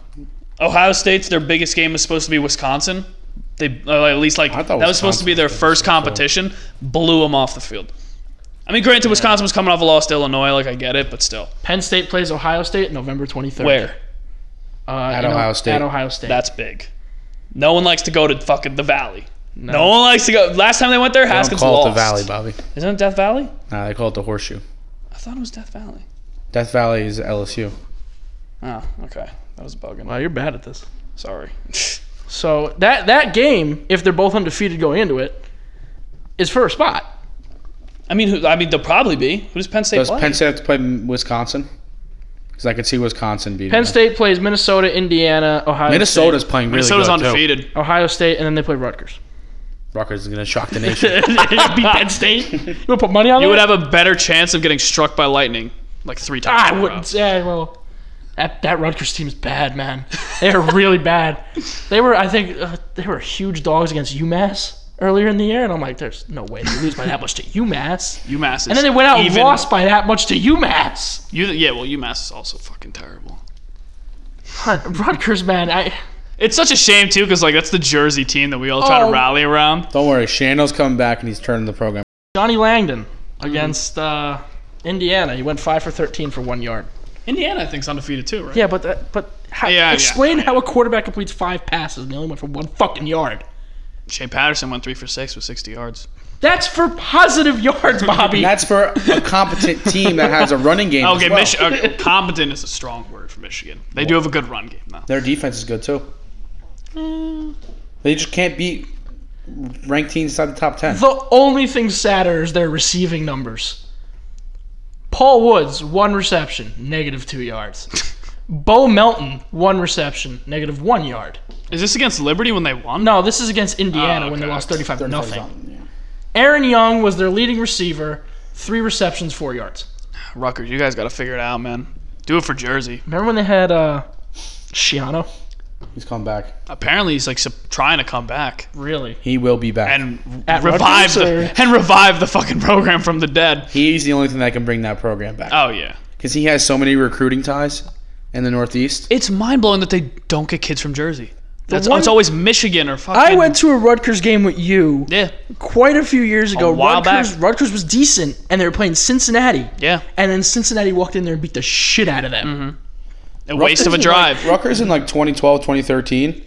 Ohio State's their biggest game was supposed to be Wisconsin. They or at least like
I
that
thought
was supposed to
Wisconsin
be their
was
first
gonna throw.
competition. Blew them off the field. I mean, granted, Wisconsin was coming off a loss to Illinois. Like I get it, but still,
Penn State plays Ohio State November 23rd.
where
Uh, at
Ohio State.
At Ohio State.
that's big. No one likes to go to fucking the Valley. No, one likes to go. Last time they went there,
They
Haskins
don't call
lost.
it the Valley, Bobby.
Isn't it Death Valley?
Nah, they call it the Horseshoe.
I thought it was Death Valley.
Death Valley is LSU.
Oh, okay. That was bugging.
wow, you're bad at this.
Sorry.
So that that game, if they're both undefeated going into it, is for a spot.
I mean, who, I mean, they'll probably be. Who does Penn State
Does
play?
Penn State have to play M- Wisconsin? Because I could see Wisconsin beating
Penn
them.
State plays Minnesota, Indiana, Ohio
Minnesota's
State,
playing really
Minnesota's
good, too.
undefeated.
Ohio State, and then they play Rutgers.
Rutgers is going
<laughs>
to shock the nation.
beat Penn State. You would put money on
You
that?
would have a better chance of getting struck by lightning like three times.
I
in a
wouldn't. Yeah, well, that that Rutgers team's bad, man. They are really bad. They were, I think, uh, they were huge dogs against UMass earlier in the year, and I'm like, there's no way they lose by that much to UMass.
row. UMass is
And then they went out
even,
and lost by that much to UMass.
You, yeah, well, UMass is also fucking terrible.
Huh, Rutgers, man, I
It's such a shame too, because like that's the Jersey team that we all try
Oh.
to rally around.
Don't worry, Shannon's coming back and he's turning the program.
Johnny Langdon
Mm-hmm.
against uh, Indiana. He went five for thirteen for one yard.
Indiana, I think, is undefeated too, right?
Yeah, but that, but how,
Yeah, yeah.
explain how a quarterback completes five passes and they only went for one fucking yard.
Shea Patterson went three for six with 60 yards.
That's for positive <laughs> yards, Bobby.
And that's for a competent team that has a running
<laughs>
game.
Okay,
as well.
Michi- okay, competent is a strong word for Michigan. They do have a good run game though.
Their defense is good too. They just can't beat ranked teams inside the top ten.
The only thing sadder is their receiving numbers. Paul Woods, one reception, negative two <laughs> yards. Bo Melton, one reception, negative one yard.
Is this against Liberty when they won?
No, this is against Indiana
Oh,
when they
okay.
lost 35 to nothing.
Something, yeah.
Aaron Young was their leading receiver, three receptions, four yards.
Rutgers, you guys got to figure it out, man. Do it for Jersey.
Remember when they had uh, Shiano?
He's coming back.
Apparently, he's like sup- trying to come back.
Really?
He will be back.
and
At
revive
Rutgers,
the, and revive the fucking program from the dead.
He's the only thing that can bring that program back
Oh yeah,
because he has so many recruiting ties in the Northeast.
it's mind blowing that they don't get kids from Jersey. That's
one-
it's always Michigan or fucking.
I went to a Rutgers game with you
Yeah,
quite a few years ago.
A while
Rutgers,
back.
Rutgers was decent, and they were playing Cincinnati.
yeah.
And then Cincinnati walked in there and beat the shit out of them.
A waste of a
Rutgers in, like-
drive.
Rutgers in like 2012, 2013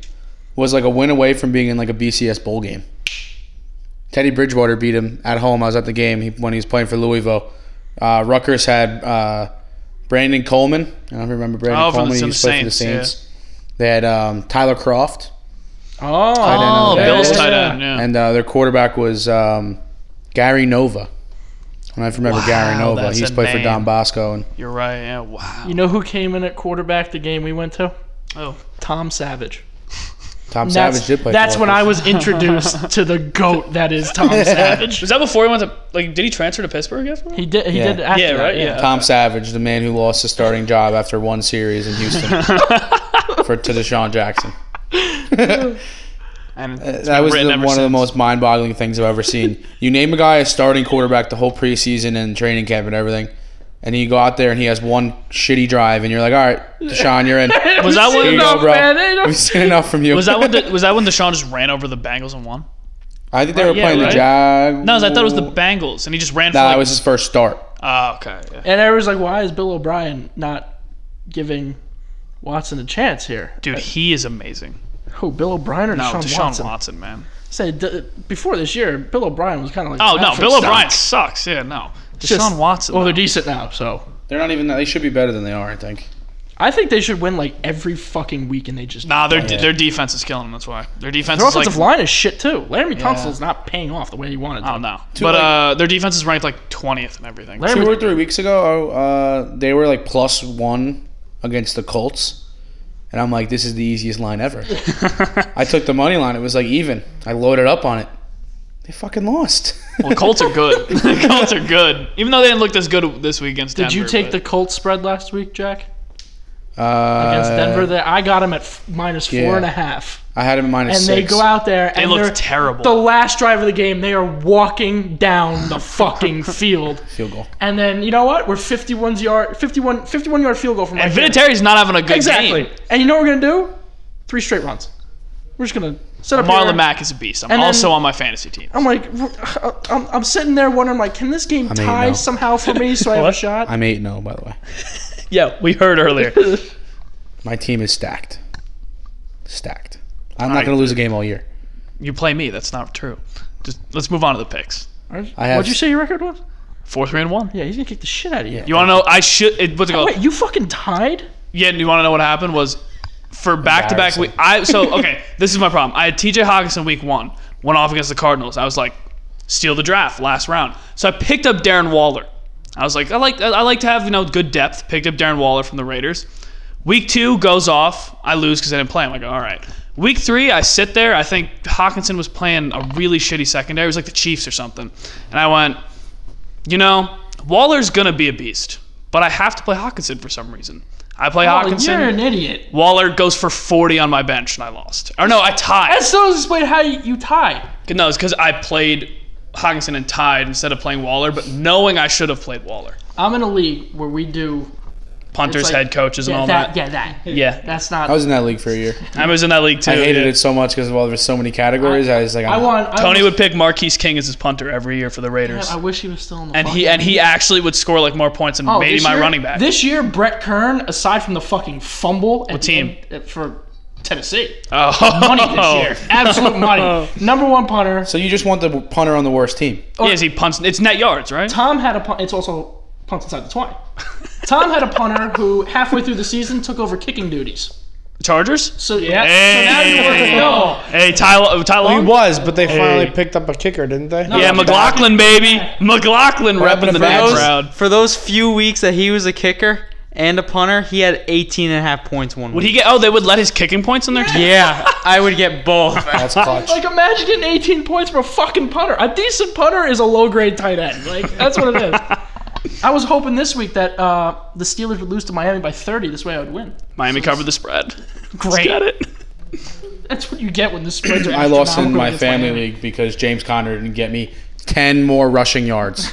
was like a win away from being in like a BCS bowl game. Teddy Bridgewater beat him at home. I was at the game he, when he was playing for Louisville. Uh, Rutgers had uh, Brandon Coleman. I don't remember Brandon
Oh, from the- from
Coleman. he
the
used to play for the
Saints,
Saints. They had um, Tyler Croft,
Oh,
oh,
Yeah,
Bills
yeah,
tight end. Yeah.
and uh, their quarterback was um, Gary Nova. I don't remember Gary
Wow,
Nova.
that's
He used
a
to play for
name.
Don Bosco. And
You're right. Yeah. Wow.
You know who came in at quarterback the game we went to?
Oh,
Tom Savage.
Tom
That's,
Savage did play.
that's
for
when I
Rutgers.
was
<laughs>
introduced to the goat that is Tom Savage.
was that before he went to like? Did he transfer to Pittsburgh after? that?
He did. He
Yeah.
did. After
Yeah,
that,
right, yeah.
Tom Savage, the man who lost his starting job after one series in
<laughs>
Houston for to Deshaun Jackson.
And
that was the,
written ever
one of the
since.
most mind-boggling things I've ever seen. you name a guy a starting quarterback the whole preseason and training camp and everything, and you go out there and he has one shitty drive, and you're like, "All right, Deshaun,
<laughs>
you're in." Here
was that
you
when?
enough,
go, bro.
man. Ain't no-
We've seen enough from you.
Was that when? The, was that when Deshaun just ran over the Bengals and won?
I think they were
yeah,
playing
right?
the Jag.
No, I thought it was the Bengals, and he just ran.
Nah,
for
it
like,
was his first start.
Oh, okay. Yeah.
And I was like, why is Bill O'Brien not giving Watson a chance here?
Dude, he is amazing.
Who, Bill O'Brien or
No,
Deshaun,
Deshaun
Watson?
Watson man.
Say, d- before this year, Bill O'Brien was kind of like.
Oh
an
no,
absolute
Bill
suck.
O'Brien sucks. Yeah, no. Deshaun
Just- Oh,
Watson.
Well,
though.
they're decent now, so.
They're not even. They should be better than they are. I think.
I think they should win like every fucking week, and they just.
nah, their
Yeah.
their defense is killing them. That's why their defense
Oh, Their
is like
offensive line is shit too. Laramie Tunsil's not paying off the way he wanted.
I
To.
don't know, but
like-
uh, their defense is ranked like twentieth and everything.
Laramie-
two or three weeks ago, uh, they were like plus one against the Colts, and I'm like, this is the easiest
<laughs>
line ever. I took the money line; it was like even. I loaded up on it. They fucking lost.
well, Colts
<laughs>
are good. the Colts are good, even though they didn't look this good this week against.
Did you
Denver,
take
but-
the Colts spread last week, Jack?
<laughs> uh,
Against Denver, there I got him at f- minus
yeah.
four and a half.
I had him at minus
and
six.
they go out there
They
and
looked
they're-
terrible.
The last drive of the game, they are walking down
<laughs>
the fucking field.
Field goal.
And then you know what? We're 51 yard, 51, 51 yard field goal from
And
right there.
Vinatieri's not having a good
Exactly.
game.
And you know what we're gonna do? Three straight runs. We're just gonna set up. here.
Marlon Mack is a beast. I'm
And then-
also on my fantasy team.
I'm like, uh, I'm, I'm sitting there wondering, like, can this game
eight
tie
now.
somehow for me
<laughs>
so I have a
What?
shot?
I'm eight zero by the way.
Yeah, we heard earlier.
My team is stacked. Stacked. I'm not
Alright.
going to lose a game all year.
you play me. That's not true. Just let's move on to the picks.
I have-
What'd you say your record was?
Four, three, and one.
Yeah, he's gonna kick the shit out of you.
You want to know? I should. It, what's it called?
Wait, you fucking tied?
Yeah, and you want to know what happened was for back to back
Embarrassing.
week. I so okay, this is my problem. I had TJ Hawkinson week one, went off against the Cardinals. I was like, steal the draft last round. So I picked up Darren Waller. I was like, I like I like to have you know good depth. Picked up Darren Waller from the Raiders. Week two goes off. I lose because I didn't play. I'm like, all right. Week three, I sit there. I think Hawkinson was playing a really shitty secondary. It was like the Chiefs or something. And I went, you know, Waller's gonna be a beast, but I have to play Hawkinson for some reason. I play
Oh,
Hawkinson.
you're an idiot.
Waller goes for 40 on my bench and I lost. Or no, I tied.
That still doesn't explain how you, you tied.
No, it's because I played Hawkinson and tied instead of playing Waller, but knowing I should have played Waller.
I'm in a league where we do
Punters,
like-
head coaches, and
yeah,
all
that,
that.
Yeah, that.
<laughs> Yeah.
That's not.
I was in that league for a year.
I was in that league too.
I hated
yeah.
it so much because well, there were so many categories. I, was like, "Ah."
I want.
Tony
I
would pick Marquise King as his punter every year for the Raiders.
I wish he was still in the.
and he
fucking
and he actually would score like more points than
Oh,
maybe
this
my
year-
running back.
This year, Brett Kern, aside from the fucking fumble, at the
team?
end- uh, for Tennessee,
oh.
money this year, absolute
<laughs>
money. Number one punter.
So you just want the punter on the worst team?
Yes, he punts. It's net yards, right?
Tom had a punt. It's also punts inside the twenty. Tom had a punter who halfway through the season took over kicking duties.
Chargers.
So yeah,
Hey. Oh.
so now you're working. No,
Hey, Tyler. Tyler.
He was, but they finally
Hey.
picked up a kicker, didn't they?
Yeah, McLaughlin, baby. McLaughlin repping
happened
the
to
bad
Fabs?
crowd.
For those few weeks that he was a kicker and a punter, he had 18 and a half points one
Would
week.
he get? Oh, they would let his kicking points in there. Too?
yeah, I would get both.
<laughs>
That's clutch.
like imagine getting 18 points from a fucking punter. A decent punter is a low grade tight end. Like that's what it
<laughs>
is. I was hoping this week that uh, the Steelers would lose to Miami by 30. This way, I would win.
<laughs> Miami covered the spread.
Great.
Got it.
That's what you get when the spreads are.
<clears throat> I lost in
astronomical
my
against
family
Miami.
league because James Conner didn't get me 10 more rushing yards.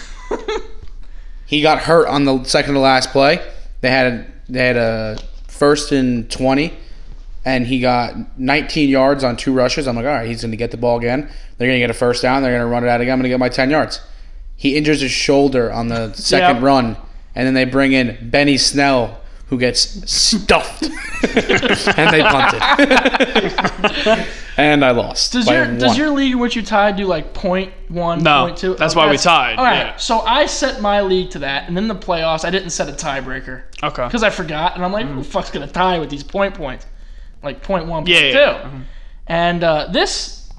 he got hurt on the second to last play. They had a, they had a first and 20 and he got 19 yards on two rushes. I'm like, "All right, he's going to get the ball again. They're going to get a first down. They're going to run it out again. I'm going to get my 10 yards." He injures his shoulder
<laughs>
on the second
Yep.
run and then they bring in Benny Snell who gets
<laughs>
stuffed <laughs> and they punted. and I
<laughs>
lost.
Does
by
your does
one.
your league in which you tied do like point one,
No,
point two?
that's why we tied,
All right,
yeah.
so I set my league to that, and then the playoffs I didn't set a tiebreaker
Okay.
because I forgot, and I'm like, who the
Mm-hmm.
fuck's gonna tie with these point points? Like point one, point
Yeah, yeah,
two.
yeah.
Mm-hmm.
and uh, this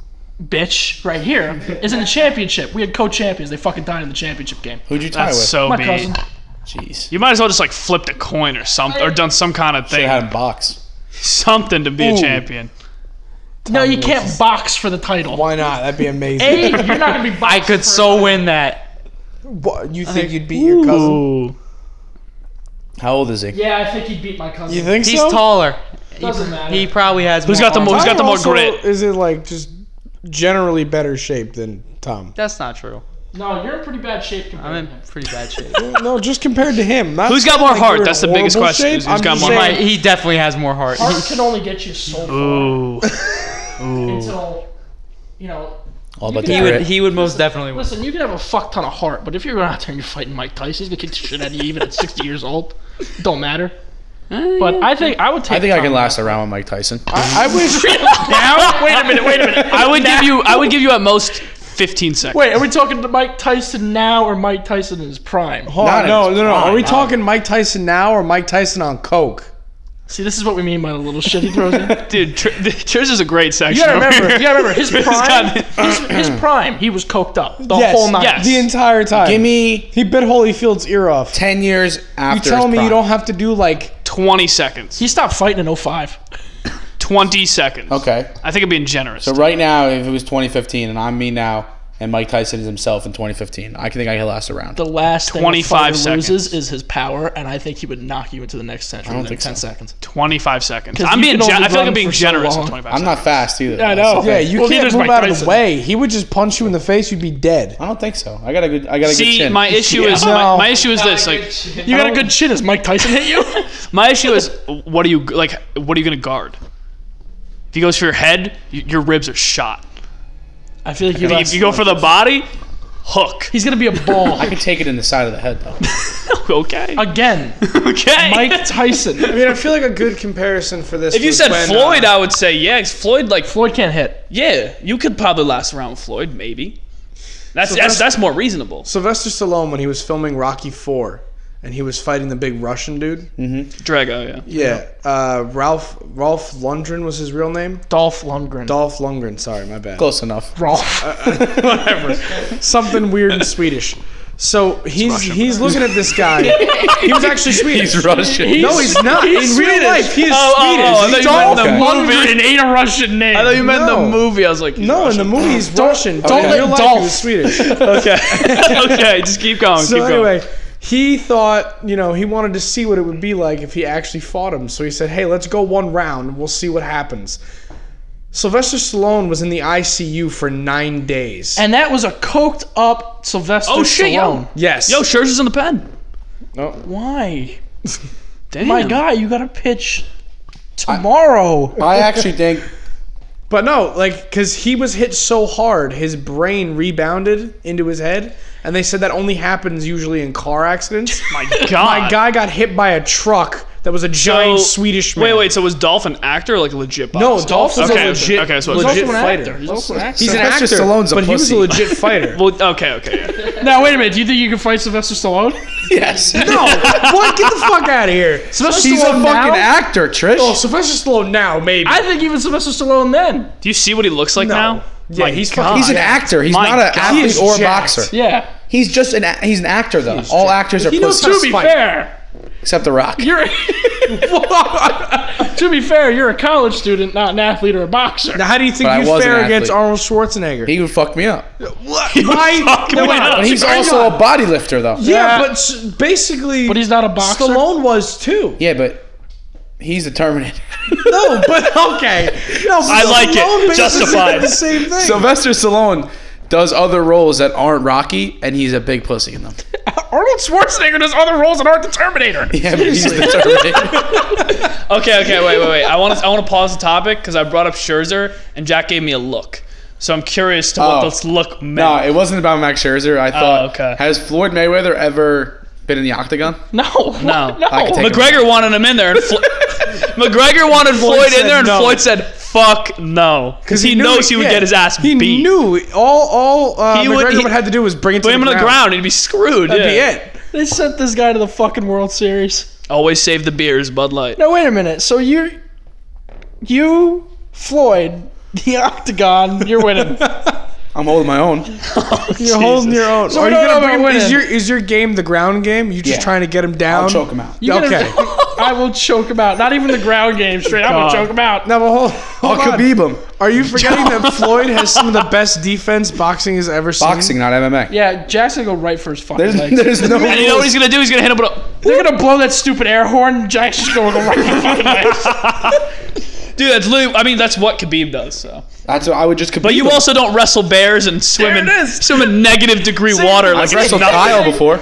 bitch right here is in the championship. We had co-champions; they fucking tied in the championship game.
Who'd you tie
That's
with?
so
My
mean.
cousin.
Jeez.
You might as well just like flipped a coin or something, or done some kind of
They
thing,
had a box.
something to be a champion.
No, you can't box for the title.
Why not? That'd be amazing.
A, you're not gonna be.
<laughs>
Boxed
I could
for-
so win that.
<laughs> What, you think you'd beat your cousin?
How old is he?
Yeah, I think he beat my cousin.
You think
He's
so?
taller. He-
Doesn't matter.
He probably has.
Who's
more
got the
arms.
most- Who's got the more
also-
grit?
Is it like just generally better shape than Tom?
That's not true.
No, you're in pretty bad shape compared
I'm
to him.
in pretty bad shape.
No, just compared to him. Not
Who's got
saying,
more
like,
heart?
you're in
That's the biggest
horrible
question,
shape.
is who's
I'm
got
just
more
saying,
He might- he definitely has more heart. <laughs>
Art can only get you so far <laughs>
Ooh. Ooh.
until, you know.
All about
You
the
he would.
grit.
He would most definitely win.
Listen, you can have a fuck ton of heart, but if you're going out there and you're fighting Mike Tyson, he's gonna kick the shit out of you even at 60 years old. Don't matter. But I think I would take.
I think I can
Tom.
last around with Mike Tyson.
I,
<laughs>
I wish.
<laughs> Wait a minute. Wait a minute.
I would give you. I would give you at most 15 seconds.
Wait, are we talking to Mike Tyson now or Mike Tyson in his prime?
Hold
Not
on,
in
no, no,
his
no. Are
prime.
we talking Mike Tyson now or Mike Tyson on coke?
See, this is what we mean by the little shit he
<laughs>
throws in.
dude. Tr- <laughs> Triz is a great section.
You gotta
over
remember. You
here.
gotta remember his
He's
prime.
got- <laughs>
<laughs>
His, his prime. He was coked up the whole night.
yes.
the entire time.
Give me
He bit Holyfield's ear off.
ten years
you
after.
tell
his
me you
prime.
don't have to do like
20 seconds.
He stopped fighting in 05.
20 seconds.
Okay.
I think I'm being generous.
So right now, if it was 2015 and I'm me now, and Mike Tyson is himself in 2015. I can think I can last around.
The last thing
25
a fighter
seconds.
loses is his power, and I think he would knock you into the next century
don't
within
think
10
so.
seconds.
25 seconds.
'Cause
I'm
you
being.
can
Gen-
only
I feel like
run
I'm being
for so
generous
long.
in 25
I'm
seconds.
not fast either.
I
That's the
know.
thing.
Yeah, you
Oh, Well, neither's
can't move
Mike
out of the
Tyson.
way. He would just punch you in the face. You'd be dead.
I don't think so. I got a good. I got a good
See,
chin.
my issue is
Yeah.
my,
No.
my issue is this. Like,
You got a good chin. Has Mike Tyson hit
<laughs>
you?
my issue is what are you like? What are you gonna guard? If he goes for your head, y- your ribs are shot.
I feel like you,
If you go for the body, hook.
He's gonna be a ball
I can take it in the side of the head though.
<laughs> Okay.
again. <laughs>
Okay.
Mike Tyson.
I mean, I feel like a good comparison for this. uh,
If you said Floyd, I would say yeah. 'cause Floyd, like
Floyd can't hit.
yeah, you could probably last around with Floyd, maybe. That's that's,
that's-
that's more reasonable.
Sylvester Stallone when he was filming Rocky Four, and he was fighting the big Russian dude.
Mm-hmm.
Drago, yeah.
Yeah, uh, Ralph Ralph Lundgren was his real name.
Dolph Uh, Lundgren.
Dolph Lundgren. Sorry, my bad.
Close enough.
<laughs> Something weird in Swedish. So he's he's looking at this
<laughs>
guy. he was actually Swedish.
He's Russian.
no, he's not. in real life, he is
Oh, oh, oh,
Swedish.
I thought you meant
Dolph
the
Lundgren.
movie.
It ain't a Russian name.
I thought you meant the
No.
movie. I was like, he's
No,
Russian.
in the movie he's Russian. Don't
okay.
in real
let
life
Dolph-
he
<laughs>
was Swedish.
okay, <laughs> okay, just keep going.
so
keep
anyway,
going.
he thought you know he wanted to see what it would be like if he actually fought him. So he said, "Hey, let's go one round. We'll see what happens." Sylvester Stallone was in the ICU for nine days.
and that was a coked up Sylvester
Oh shit,
Stallone.
yo,
yes.
yo, Scherzer's in the pen.
Why?
Damn.
My guy, you gotta pitch tomorrow.
I actually think
But no, like, because he was hit so hard, his brain rebounded into his head. And they said that only happens usually in
<laughs>
car accidents.
My God.
<laughs> My guy got hit by a truck that was a giant Swedish man.
Wait, wait. So was Dolph an actor, or like a legit boxer?
No, Dolph was
okay,
a legit,
Okay, so
legit
also an
fighter.
actor. He's also an actor.
He's an
Sylvester
actor,
Stallone's a
but he was
pussy.
a
<laughs>
legit fighter.
Well, okay, okay. Yeah.
now wait a minute. Do you think you can fight Sylvester Stallone?
yes.
no, what? Get the fuck out of here.
Sylvester
He's a fucking
Stallone now?
actor, Trish.
Oh, Sylvester Stallone now, maybe.
<laughs> I think even Sylvester Stallone then.
Do you see what he looks like
No. <laughs>
now?
yeah,
My
he's
God.
Oh,
fucking.
he's an actor. He's
My
not an
God.
athlete
He is
or a
jacked.
boxer.
Yeah.
He's just an a- he's an actor though. All actors are
He knows
pussies
how
To be
Fight.
fair,
except The Rock.
you're. <laughs> to be fair, you're a college student, not an athlete or a boxer.
Now, how do you think
But I
you
was an
fare
athlete.
against Arnold Schwarzenegger?
He would fuck me up.
Why?
Fuck,
No,
man.
wait,
But he's
Hang
also
on.
a body lifter though.
Yeah, but s- basically,
But he's not a boxer?
Stallone was too.
Yeah, but he's the Terminator.
No,
<laughs>
but okay. No, but
I like it.
Stallone basically
Justified.
did
<laughs>
The same thing.
Sylvester Stallone does other roles that aren't Rocky, and he's a big pussy in them. <laughs>
Arnold Schwarzenegger does other roles that aren't the Terminator.
Yeah, but he's the
<laughs>
Terminator.
Okay, okay, wait, wait, wait. I want to, I want to pause the topic because I brought up Scherzer and Jack gave me a look. So I'm curious to what
Oh.
this look meant.
no, it wasn't about Max Scherzer. I thought.
Oh, okay.
Has Floyd Mayweather ever been in the octagon?
No, <laughs>
No.
no.
I could take
McGregor wanted him in there, and
<laughs>
Flo- McGregor wanted Floyd, in
said
there, and
no.
Floyd said, "Fuck no," because he,
knew
knows he would
yeah,
get his ass
he
beat.
knew all. All uh,
He
McGregor
would-
would,
he-
had to do was bring it
Put
to the
him on
ground.
the ground, he'd be screwed.
That'd
yeah.
be it.
They sent this guy to the fucking World Series.
Always save the beers, Bud Light.
Now wait a minute. So you're you Floyd the Octagon. You're
<laughs>
winning.
<laughs>
I'm holding
<laughs>
my own.
You're holding your own. Are
no,
you
no, no,
gonna bring him?
win.
Is your is your game the ground game? You just
Yeah.
trying to get him down?
I'll <laughs> choke him out.
You gotta-
Okay.
<laughs> I will choke him out. Not even the ground game straight. I'm
God.
gonna choke him out.
Now, but hold, hold
I'll
on.
Khabib him.
Are you forgetting that Floyd has some
<laughs>
of the best defense boxing has ever seen?
Boxing, not MMA.
Yeah, Jackson go right for his fucking
There's,
legs.
<laughs>
there's no.
And you know what he's gonna do? He's gonna hit him with a.
They're gonna blow that stupid air horn. and Jackson's gonna go right for
<laughs>
his fucking legs.
Dude, that's literally, I mean, that's what Khabib does. So,
That's what I would just. Khabib
but you
him.
also don't wrestle bears and swim in
There it is.
swim in negative degree water like
I've
it's
wrestled
nothing.
Kyle
<laughs>
before.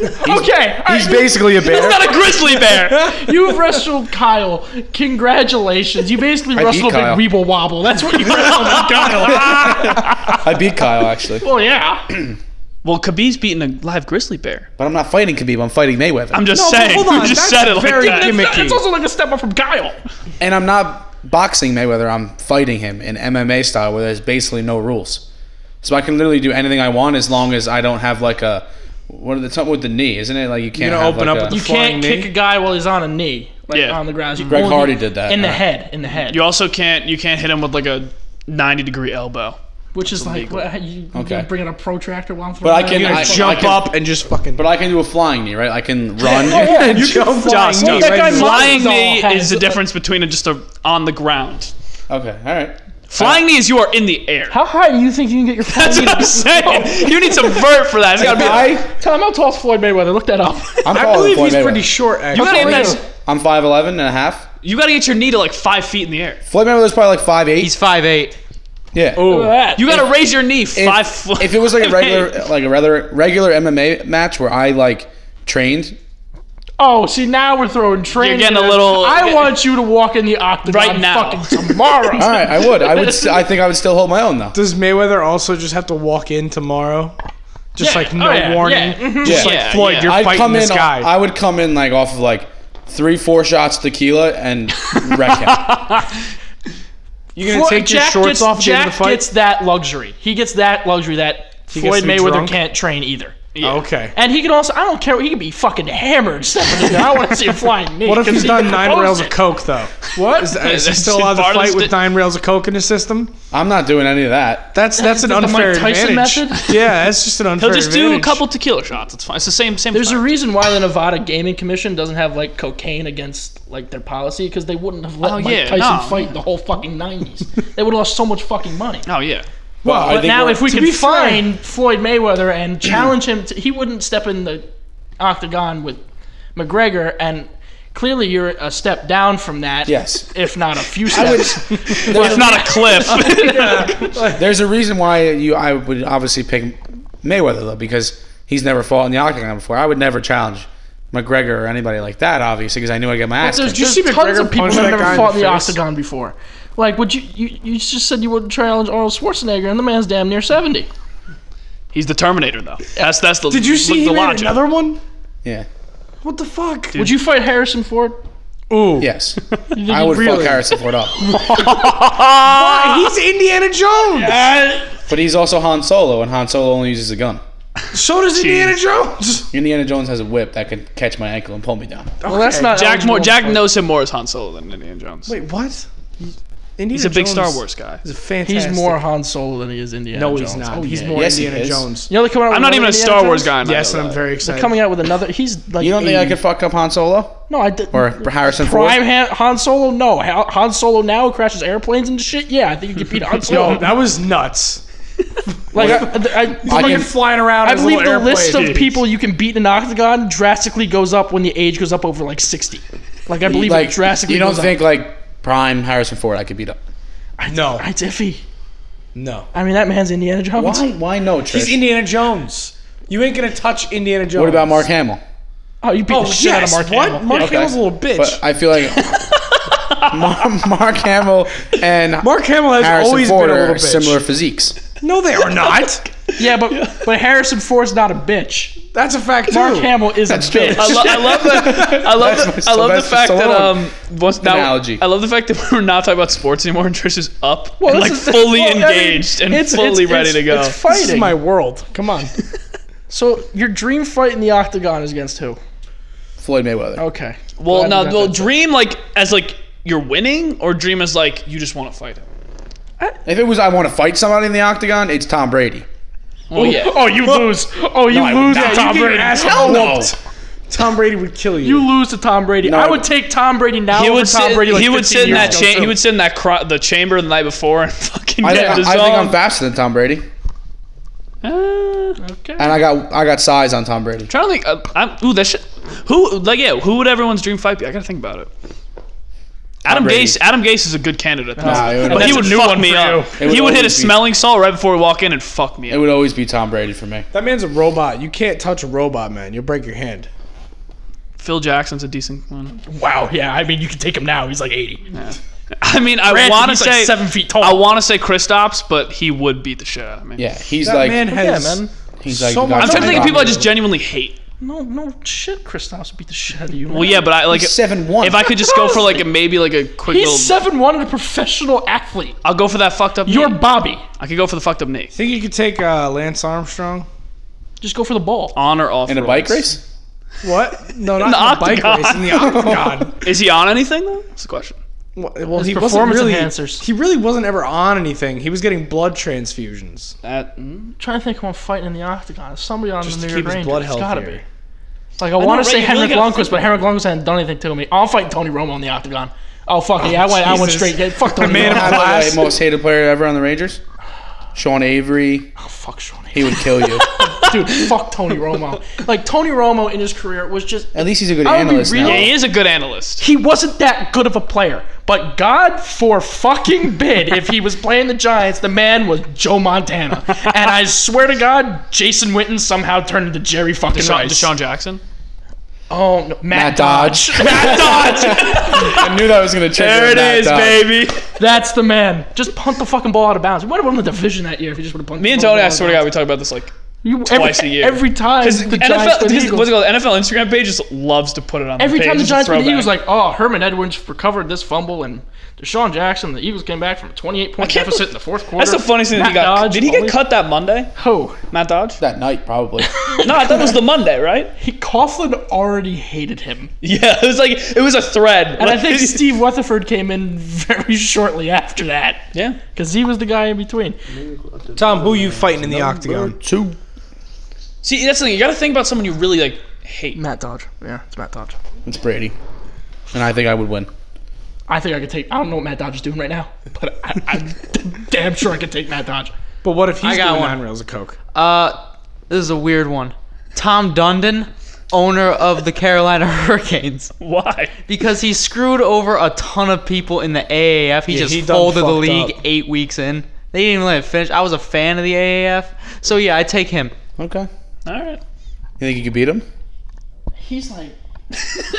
Okay, all
<laughs> He's
right,
basically a
It's
bear.
not a grizzly
<laughs>
bear.
you wrestled Kyle. Congratulations. You basically
beat
wrestled a
Kyle.
big weeble wobble. That's what you
<laughs>
Oh
wrestled with Kyle.
I beat
<laughs>
Kyle actually,
well, yeah.
well, Khabib's beating a live grizzly bear.
but I'm not fighting Khabib. I'm fighting Mayweather,
I'm just
No, but
saying.
hold
You <laughs>
on,
just
that's
said it like
very
that.
gimmicky.
It's also like a step up from Kyle.
and I'm not boxing Mayweather. I'm fighting him in MMA style, where there's basically no rules. So I can literally do anything I want as long as I don't have like a what are the something with the knee, isn't it? Like you can't
gonna
have,
open
like,
up
a-
with
You
the Flying
can't kick
knee?
a guy while he's on a knee, like
Yeah.
on the ground. You
Greg
only-
Hardy did that,
in the
uh,
head, in the head,
You also can't you can't hit him with like a 90 degree elbow.
which is like what, you, you
Okay.
bringing a protractor while I'm
<laughs> But I
throwing
can
that-
I, I
Jump
can,
up and just fucking.
But I can do a flying knee, right? I can
<laughs>
run.
you can fly.
Josh,
knee
Josh,
that guy
right
Mike
flying
Zoll
knee
has-
Uh,
is the difference between a, just a on the ground.
Okay, all right.
Flying knees, you are in the air.
How high do you think you can get your
<laughs> That's
flying
what I'm saying. You need some vert for
<laughs>
that. It's gotta be.
I,
Tom, how tall is Floyd Mayweather? Look that up.
I'm
I
calling
believe
Oh, Floyd
he's
Mayweather.
pretty short,
You gotta,
actually.
get
Floyd
that-
I'm 5'11 and a half.
you gotta get your knee to like five feet in the air.
Floyd Mayweather's probably like 5'8.
He's five eight.
yeah.
Look at that.
You gotta raise your knee five foot.
If it was like
<laughs>
a
<laughs>
regular like a rather regular MMA match where I like trained,
Oh, see now we're throwing training.
getting a
in.
little-
I want you to walk in the octagon
Right
<laughs>
now.
fucking tomorrow.
all
<laughs>
right, I would. I would <laughs> st- I think I would still hold my own though.
Does Mayweather also just have to walk in tomorrow? Just
Yeah.
like no
Oh, yeah.
warning.
Yeah. Mhm.
Mm-hmm.
Just
Yeah,
like Floyd,
yeah.
you're
I'd
fighting
come in
this guy.
I would come in like off of like 3 4 shots tequila and wreck him.
<laughs>
you're gonna take your
Jack
shorts
gets,
off at the end
Jack
of the fight.
gets that luxury. He gets that luxury that
gets
Floyd
to be
Mayweather
drunk?
can't train either.
Yeah.
Okay.
And he can also, I don't care, he can be fucking hammered stepping in there. I want to see him flying knee.
What if
'cause
he's
he
done nine
composed
rails
it.
of coke though? What is, that, is he
That's
still allowed to
part of
fight
the
with
sti-
nine rails of coke in his system?
I'm not doing any of that.
That's that's an
that the Mike
unfair
Tyson
advantage.
method?
<laughs> Yeah, that's just an unfair
He'll just do a
advantage.
couple tequila shots. It's fine. It's the same same.
There's a
thing.
reason why the Nevada Gaming Commission doesn't have like cocaine against like their policy because they wouldn't have let
Oh,
Mike
yeah,
Tyson
no.
fight the whole fucking 90s. they would have lost so much fucking money.
oh yeah.
Well, I
But
think
now,
we're-
if we
to
could
be fair-
find Floyd Mayweather and challenge him, to, he wouldn't step in the octagon with McGregor, and clearly you're a step down from that.
Yes.
if not a few <laughs>
<laughs>
steps.
It's not a cliff. <laughs>
<laughs>
There's a reason why you I would obviously pick Mayweather though because he's never fought in the octagon before. I would never challenge McGregor or anybody like that obviously because I knew I would get my ass.
There's
kicked.
just
see
tons
McGregor
of people
punch
that
that
have
guy
never
in
fought
the
in the
face?
octagon before. Like, would you, you? You just said you wouldn't challenge Arnold Schwarzenegger, and the man's damn near seventy.
He's the Terminator though. That's that's the.
Did you see
the
he made
logic. Uh,
another one?
Yeah.
What the fuck?
Would you fight Harrison Ford?
Ooh,
<laughs>
Yes. I would
really?
fuck Harrison Ford up.
Why? Ah, he's Indiana Jones.
But he's also Han Solo, and Han Solo only uses a gun.
So does
<laughs>
Indiana Jones.
Indiana Jones has a whip that could catch my ankle and pull me down.
Well, that's not
Jack
eligible
more, Jack
for-
knows him more as Han Solo than Indiana Jones.
Wait, what? Indiana
he's a big
Jones
Star Wars guy.
Is a fantastic.
He's more Han Solo than he is Indiana
No,
Jones.
he's not.
Oh,
he's
yeah.
more
Yes, he
Indiana
is.
Jones.
You know they're coming out. with
I'm not
another
even a
Indiana
Star
Jones?
Wars guy. and I
Yes,
know
and I'm
that.
very excited.
Coming out with another. He's like.
You don't think I
80.
could fuck up Han Solo
No, I didn't.
or Harrison Ford?
Prime Han, Han Solo? No. Ha- Han Solo now crashes airplanes and shit? Yeah, I think you could beat
<laughs>
Han Solo.
Yo, that was nuts.
like, I, I, I,
can-
Fucking flying around.
I
in his
believe
little
the list
airplane.
of people you can beat in an octagon drastically goes up when the age goes up over like 60. Like, I believe
like
it drastically
You don't
goes up.
think like prime Harrison Ford I could beat up?
No,
It's iffy.
no.
I mean, that man's Indiana Jones.
Why? Why no? Trish?
He's Indiana Jones. You ain't gonna touch Indiana Jones.
what about Mark Hamill?
Oh, you beat
Oh
the shit
yes.
out of Mark
what?
Hamill.
Mark
Okay.
Hamill's a little bitch.
But I feel
<laughs>
like Mar- Mark Hamill and
Mark Hamill has
Harrison
always
Ford
been a
are
little bitch.
similar physiques.
No, they are
<laughs>
not.
Yeah, but but Harrison Ford's not a bitch.
That's a fact too.
Mark Hamill is a <laughs>
true.
bitch.
I, lo- I love the I love
That's
the, I love the
Sylvester
fact that
Stallone.
um what's now
analogy.
I love the fact that we're not talking about sports anymore and Trish is up and
this
like
is the-
fully
well, I mean,
engaged and
it's-
fully
it's-
ready
it's-
to go.
It's
This is
fighting.
my world. Come on.
<laughs> so your dream fight in the octagon is against who?
Floyd Mayweather.
Okay.
well,
Glad
now
we got
well,
that.
dream like as like you're winning or dream as like you just want to fight him.
If it was I want to fight somebody in the octagon, it's Tom Brady.
Well, yeah.
Oh, you lose. Oh, you
I would
lose to
not.
Tom
You get
Brady.
your ass
Hell no.
whooped. Tom Brady would kill you.
You lose to Tom Brady.
No,
I
I
would
would-
take Tom Brady now.
He
over
would
Tom
sit.
Brady like
he would
15
sit in that
years ago,
cha-
too.
He would sit in that cro- the chamber the night before and <laughs> fucking
I,
get
think, I, I think I'm
dissolved.
faster than Tom Brady,
Uh,
Okay.
and I got I got size on Tom Brady.
trying to think. Uh, I'm, ooh, that shit. Who like yeah? Who would everyone's dream fight be? I gotta think about it. Adam
Brady.
Gase. Adam Gase is a good candidate. though.
Nah, it would-
but
that's
he
a
would
new
fuck
one
me
for
up.
you.
It would
He would hit a
always be-
smelling salt right before we walk in and fuck me
It
up.
would always be Tom Brady for me.
that man's a robot. You can't touch a robot, man. You'll break your hand.
Phil Jackson's a decent one. <laughs>
Wow. Yeah. I mean, you can take him now. He's like 80.
I mean, I
Granted,
want to
he's
say
like seven feet
I
tall.
want to say Kristaps, but he would beat the shit out of me.
Yeah, he's
That
like
man has.
yeah, man.
he's like
so
the guy
much-
I'm trying to think of
behind
people I
me.
just genuinely hate.
No, no shit. Kristaps would beat the shit out of you.
Well, yeah, but I like
seven one.
if I could just go for
<laughs>
like a maybe like a quick
he's
little.
seven one and a professional athlete.
I'll go for that fucked up.
You're
knee.
Bobby.
I could go for the fucked up knee.
Think you could take uh, Lance Armstrong?
Just go for the ball.
On or off?
in a bike race,
What? No, not in
the
the, bike
octagon.
race in the octagon.
Is he on anything though? That's the question.
Well, well
His
he wasn't
performance
really.
enhancers.
He really wasn't ever on anything. He was getting blood transfusions.
That mm,
trying to think who I'm fighting in the octagon. It's somebody on
Just
the
to
New
keep
York
his
Rangers.
blood
it's gotta
healthier.
be. Like I want
right,
to say
you really
Henrik
gotta
Lundqvist, but Henrik Lundqvist hasn't done anything to me. I'll fight Tony Romo in the octagon. Oh fuck yeah, I went I went
Jesus.
straight. Yeah, fuck Tony
man
Romo.
of-
By the
Class.
way, most hated player ever on the Rangers? Sean Avery.
Oh, fuck Sean
He would kill you.
Dude, fuck Tony Romo. Like Tony Romo in his career was just
At least he's a good
I would be
analyst
really-
Yeah,
now.
he is a good analyst.
he wasn't that good of a player. But God for fucking bid, if he was playing the Giants, the man was Joe Montana. And I swear to God, Jason Witten somehow turned into Jerry fucking
Deshaun,
Rice.
Deshaun Jackson.
Oh, no, Matt,
Matt
Dodge.
Dodge.
Matt Dodge.
I knew that was going to check
There it is, baby.
That's the man. Just punt the fucking ball out of bounds. We might have won the division that year if he just would have punted.
Me and
the fucking
Tony, I
ball
swear to
out
God,
of
we talk about this like
bounds. You-
twice
every,
a year.
Every time
because
the Giants
NFL,
play the
because- what's
Eagles.
it called? NFL Instagram page just loves to put it on.
Every
the page
time the
as a
Giants played the
throwback.
Eagles, like, oh, Herman Edwards recovered this fumble, and Deshaun Jackson, the Eagles came back from a 28 point
can't
deficit
believe-
in the fourth quarter.
that's the funniest thing that he
Matt
got.
Dodge,
Did he get
only- Oh,
cut that Monday,
Who?
Matt Dodge?
That night, probably.
No, I thought it was the Monday, right? <laughs>
He, Coughlin already hated him.
Yeah, it was like it was a thread.
And
<laughs>
I think Steve Rutherford came in <laughs> very shortly after that.
yeah,
Because he was the guy in between.
Tom, who you fighting in the octagon?
Two.
see, that's the thing. You got to think about someone you really like hate.
Matt Dodge. Yeah, it's Matt Dodge.
It's Brady. And I think I would win.
I think I could take. I don't know what Matt Dodge is doing right now, but I, <laughs> I'm damn sure I could take Matt Dodge.
But what if he's
got
doing
one.
nine rails of coke?
Uh, this is a weird one. Tom Dundon, owner of the Carolina Hurricanes,
Why?
because he screwed over a ton of people in the AAF. He just
he done
folded the
fucked
league
up.
eight weeks in. They didn't even let it finish. I was a fan of the AAF, so yeah, I take him.
Okay. You
All right.
think you could beat him?
He's like.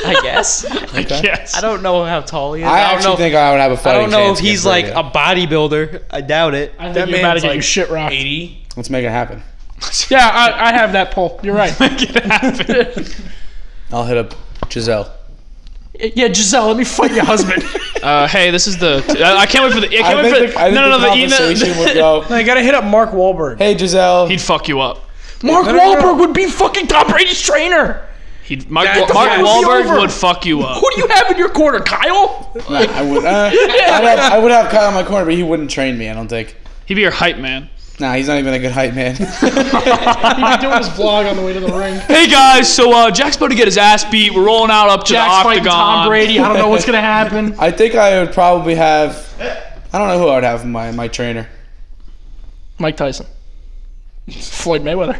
I guess.
Okay.
I don't know how tall he is.
I
I, don't
actually
know.
think I would have a fighting
I don't know if
chance
he's
against
like
Brady.
a bodybuilder. I doubt it.
I
That
think you're about to
man's
get
like
you shit rocked.
80?
Let's make it happen.
Yeah, I, I have that poll. You're right. <laughs>
<laughs>
I'll hit up Giselle.
yeah, Giselle, let me fight your <laughs> husband.
Uh, hey, this is the. I I can't wait for the. I can't wait
I think
for
the, I think
no, no,
the
no. The
conversation
email.
<laughs>
<laughs>
would go,
I gotta hit up Mark Wahlberg.
hey, Giselle.
He'd fuck you up.
Mark
no, no, no.
Wahlberg would be fucking Tom Brady's trainer.
He'd Mark,
That-
Mark
that
would be
Wahlberg
over.
would fuck you up.
Who do you have in your corner, <laughs> Kyle?
Nah, I would, uh, I'd have, I would have Kyle in my corner, but he wouldn't train me, I don't think.
He'd be your hype man.
Nah, he's not even a good hype
<laughs>
man.
He'd be doing his vlog on the way to the ring.
Hey guys, so uh, Jack's about to get his ass beat. We're rolling out up to
Jack's
the
fighting
octagon.
Tom Brady. I don't know <laughs> what's gonna happen.
I think I would probably
<laughs>
have. I don't know who I would have in my my trainer.
Mike Tyson, Floyd Mayweather.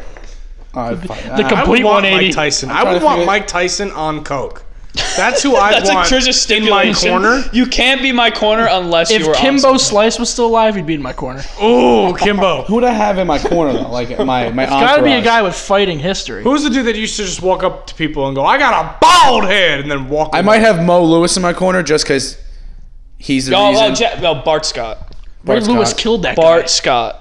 Oh, I'd probably,
The
ah,
I
complete
would want
180.
Mike Tyson. I
trying
would
to
want
figure-
Mike Tyson on coke. That's <laughs> who I
That's like
want.
Trisha stipulation.
corner?
You can't be my corner unless you
If
are
Kimbo
awesome.
Slice was still alive, he'd be in my corner.
Ooh, Kimbo.
who would I have in my corner though? Like my
<laughs>
my.
Gotta be a
entourage?
guy with fighting history.
Who's the dude that used to just walk up to people and go, "I got a bald head," and then walk?
I might have Mo Lewis in my corner just because he's the
Oh,
reason.
oh, Ja- oh, Bart Scott.
Ray
Bart
Lewis
Scott.
killed that
Bart
guy.
Scott.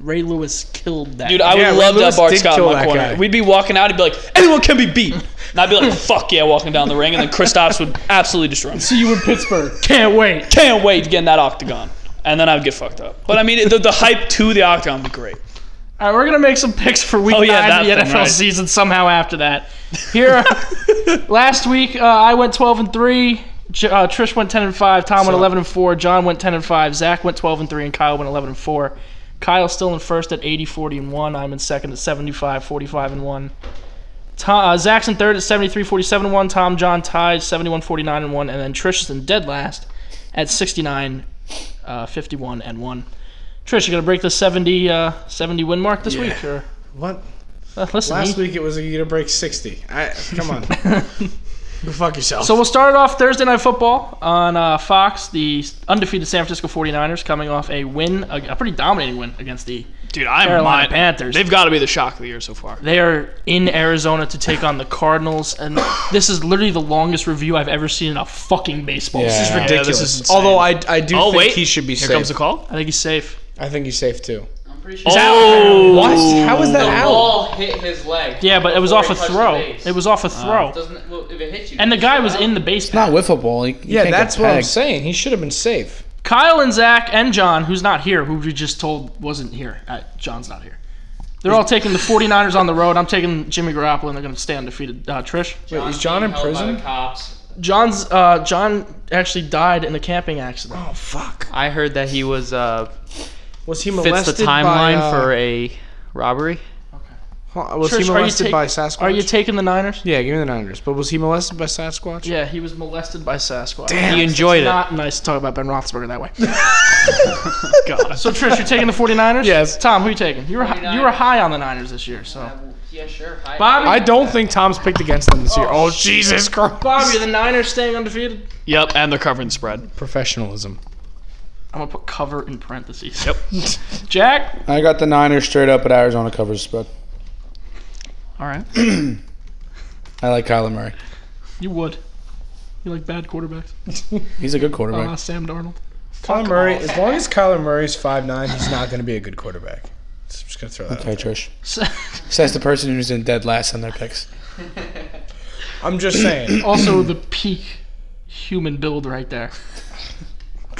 Ray Lewis killed that.
Dude,
guy.
I
Yeah,
would
Ray
love to
Lewis
have Bart
did
Scott in
kill
my
that
corner.
guy.
We'd be walking out, he'd be like, anyone can be beat. And I'd be like, fuck yeah, walking down the ring. And then Kristaps would absolutely destroy him.
see you in Pittsburgh. <laughs> Can't wait.
Can't wait to get in that octagon. And then I would get fucked up. But I mean, the, the hype to the octagon would be
<laughs>
great.
All right, we're gonna make some picks for week
Oh, yeah,
nine of the
that thing,
NFL
right.
season somehow after that. Here,
<laughs>
last week uh, I went twelve and three. J- uh, Trish went ten and five. Tom went eleven and four. John went ten and five. Zach went twelve and three, and Kyle went eleven and four. Kyle's still in first at 80, 40, and one. I'm in second at 75, 45, and one. Tom, uh, Zach's in third at 73, 47, and one. Tom, John tied 71, 49, and one. And then Trish is in dead last at 69, uh, 51, and one. Trish, you gonna break the 70, uh, 70 win mark this week, or
What?
uh, listen?
Last
he-
week it was a you to break sixty. I, come on.
<laughs>
Go fuck yourself.
So we'll start it off Thursday Night Football on uh, Fox. The undefeated San Francisco 49ers coming off a win, a, a pretty dominating win against the.
Dude, I'm
Carolina
mine.
Panthers.
They've got to be the shock of the year so far.
They are in Arizona to take on the Cardinals, and this is literally the longest review I've ever seen in a fucking baseball.
Yeah.
season.
Yeah, this is insane.
Although I, I do
oh
think
wait,
he should be
Here
safe.
comes the call.
I think he's safe.
I think he's safe too.
Oh,
How is that out?
hit his leg.
Yeah, but it was off a throw. It was off a throw.
Doesn't, well, if it hits you,
and the guy was in the baseball.
Not with football. He, he
Yeah,
can't get
that's what I'm
pegged.
saying. He should have been safe.
Kyle and Zach and John, who's not here, who we just told wasn't here. Uh, John's not here. They're all taking the 49ers on the road. I'm taking Jimmy Garoppolo, and they're going to stay undefeated. Uh, Trish?
Wait, is John in prison?
cops.
John's, uh, John actually died in a camping accident.
Oh fuck.
I heard that he was uh
Was he
fits
molested
the timeline
by, uh,
for a robbery.
Huh, Was
Church,
he
are you
molested
take-
by Sasquatch?
Are you taking the Niners?
yeah, give me the Niners. But was he molested
<laughs>
by <laughs> Sasquatch?
Yeah, he was molested by Sasquatch.
He enjoyed
It's
it.
not nice to talk about Ben Roethlisberger that way. <laughs> So Trish, you're taking the 49ers?
Yes.
Tom, who you taking? You were hi- you were high on the Niners this year, so.
Yeah, sure.
Bobby,
I don't think Tom's picked against them this year. Oh, Jesus Christ.
Bobby, are the Niners staying undefeated?
Yep, and they're covering the spread.
Professionalism.
I'm gonna put cover in parentheses. Yep. Jack,
I got the Niners straight up, but Arizona covers the spread.
All right.
I like Kyler Murray.
you would. You like bad quarterbacks?
He's a good quarterback.
Uh, Sam Darnold.
Kyler Murray, as long as Kyler Murray's 5'9, he's not going to be a good quarterback. So I'm just going to throw that
okay,
out. there.
Trish. Says the person who's in dead last on their picks.
I'm just
<laughs>
saying. <clears throat>
also the peak human build right there.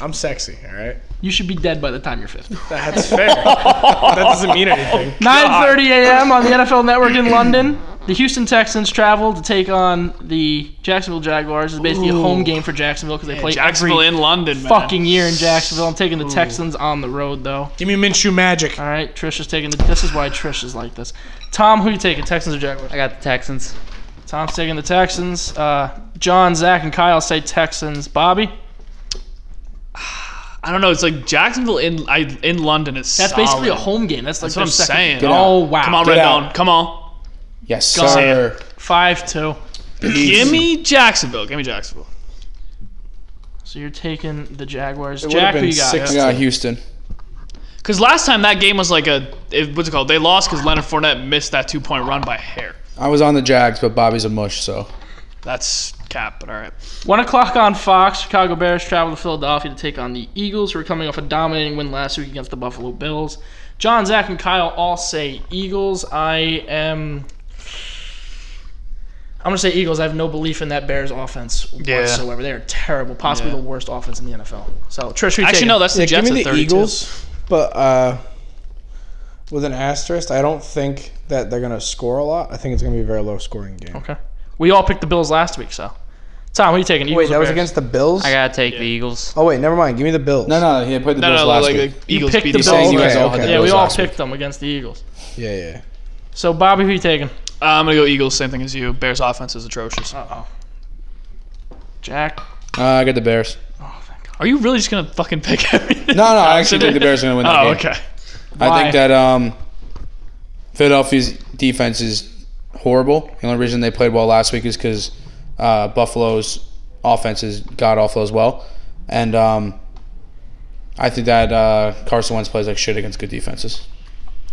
I'm sexy, all right?
You should be dead by the time you're <laughs> 50.
That's fair. that doesn't mean anything. <clears throat>
9:30 a.m. on the NFL Network in London. The Houston Texans travel to take on the Jacksonville Jaguars. It's basically a home game for Jacksonville because they play
Jacksonville
every
in London, man.
fucking year in Jacksonville. I'm taking the Texans on the road though.
Give me Minshew Magic.
All right, Trish is taking the. This is why Trish is like this. Tom, who you taking? Texans or Jaguars?
I got the Texans.
Tom's taking the Texans. Uh, John, Zach, and Kyle say Texans. Bobby.
I don't know. It's like Jacksonville in I, in London is
That's
solid.
basically a home game. That's like
That's what I'm
their second-
saying.
Get out.
Oh wow!
Come on,
Get
Red
out.
Dawn. Come on.
Yes,
Go
sir.
Five two.
Give me Jacksonville. Give me Jacksonville.
So you're taking the Jaguars.
It would've
Jack, who
been
you got?
six- I got Houston.
Because last time that game was like a it, what's it called? They lost because Leonard Fournette missed that two point run by a hair.
I was on the Jags, but Bobby's a mush, so
That's cap, but all right.
One o'clock on Fox. Chicago Bears travel to Philadelphia to take on the Eagles, who are coming off a dominating win last week against the Buffalo Bills. John, Zach, and Kyle all say Eagles. I am. I'm gonna say Eagles. I have no belief in that Bears offense
Yeah.
whatsoever. They are terrible, possibly
Yeah.
the worst offense in the NFL. So Trish, who you
Actually,
taking?
no, that's the
Yeah,
Jets
give me
at
the
32.
Eagles, but uh, with an asterisk. I don't think that they're going to score a lot. I think it's going to be a very low scoring game.
Okay. We all picked the Bills last week, so Tom, who you taking? Eagles
Wait,
or
that was
Bears?
against the Bills?
I gotta take the Eagles.
oh, wait, never mind. Give me the Bills.
no, no, he played the
No,
Bills
no,
last
like
week. Oh,
the Eagles
picked
beat
the
the
Saying
Bills.
you
Okay,
guys all had
okay.
the
Yeah,
Bills
we all
last week.
picked them against the Eagles.
Yeah, yeah.
So Bobby, who you taking?
Uh, I'm gonna go Eagles. Same thing as you. Bears offense is atrocious.
Uh oh. Jack.
Uh, I got the Bears.
Oh, thank God.
Are you really just gonna fucking pick everything?
<laughs> No, no, I actually think the Bears are going to win that
Oh,
game.
okay.
I
Why?
think that um, Philadelphia's defense is horrible. The only reason they played well last week is because uh, Buffalo's offense is god awful as well, and um, I think that uh, Carson Wentz plays like shit against good defenses.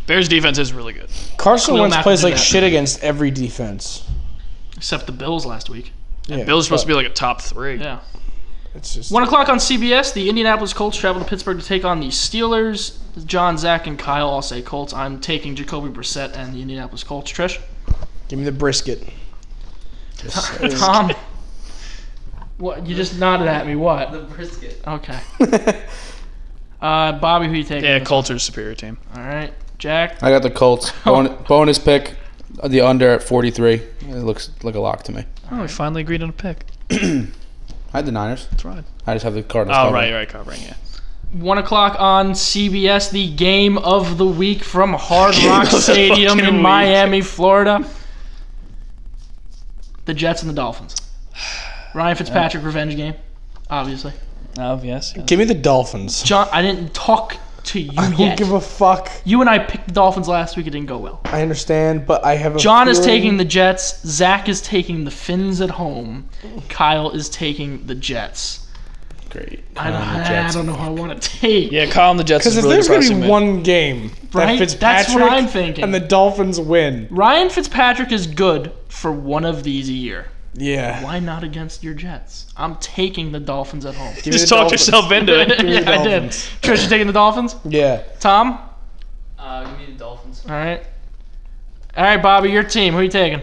Bears defense is really good.
Carson
Khalil
Wentz
Mack
plays
will do
like
that.
shit against every defense.
Except the Bills last week.
Yeah,
Bills are supposed to
but
be like a top three.
Yeah.
It's just,
One o'clock on CBS. The Indianapolis Colts travel to Pittsburgh to take on the Steelers. John, Zach, and Kyle all say Colts. I'm taking Jacoby Brissett and the Indianapolis Colts. Trish.
give me the brisket.
Tom. What? You just nodded at me. What?
brisket.
Okay. <laughs> Uh, Bobby, who you taking?
Yeah, Colts are a superior team.
All right. Jack.
I got the Colts. <laughs> Bon- bonus pick, the under at 43. It looks like a lock to me.
Oh, we finally agreed on a pick.
I had the Niners.
That's right.
I just have the Cardinals.
Oh,
covered.
right, right, covering. Yeah.
One o'clock on CBS, the game of the week from Hard Rock
of the
Stadium
fucking
in
week.
Miami, Florida. The Jets and the Dolphins. Ryan Fitzpatrick revenge game, obviously.
Oh, yes.
Give me the <laughs> Dolphins.
John, I didn't talk to you
I don't
yet.
give a fuck.
you and I picked the Dolphins last week. It didn't go well.
I understand, but I have a
John is
feeling-
taking the Jets. Zach is taking the Finns at home. Kyle is taking the Jets.
Great.
I don't,
Um, the
I
Jets.
don't know who I want to take.
Yeah, Kyle and the Jets
Because
is
if
really
there's going to
depressing,
be
man.
one game
Right?
that
That's
Fitzpatrick
what I'm thinking.
and the Dolphins win,
Ryan Fitzpatrick is good for one of these a year.
yeah.
Why not against your Jets? I'm taking the Dolphins at home.
Give me
Just
the
talk
Dolphins.
yourself into it.
yeah,
the
I did.
Dolphins.
Trish, you taking the Dolphins?
Yeah,
Tom?
Uh, give me the Dolphins.
All right. All right, Bobby, your team. Who you taking?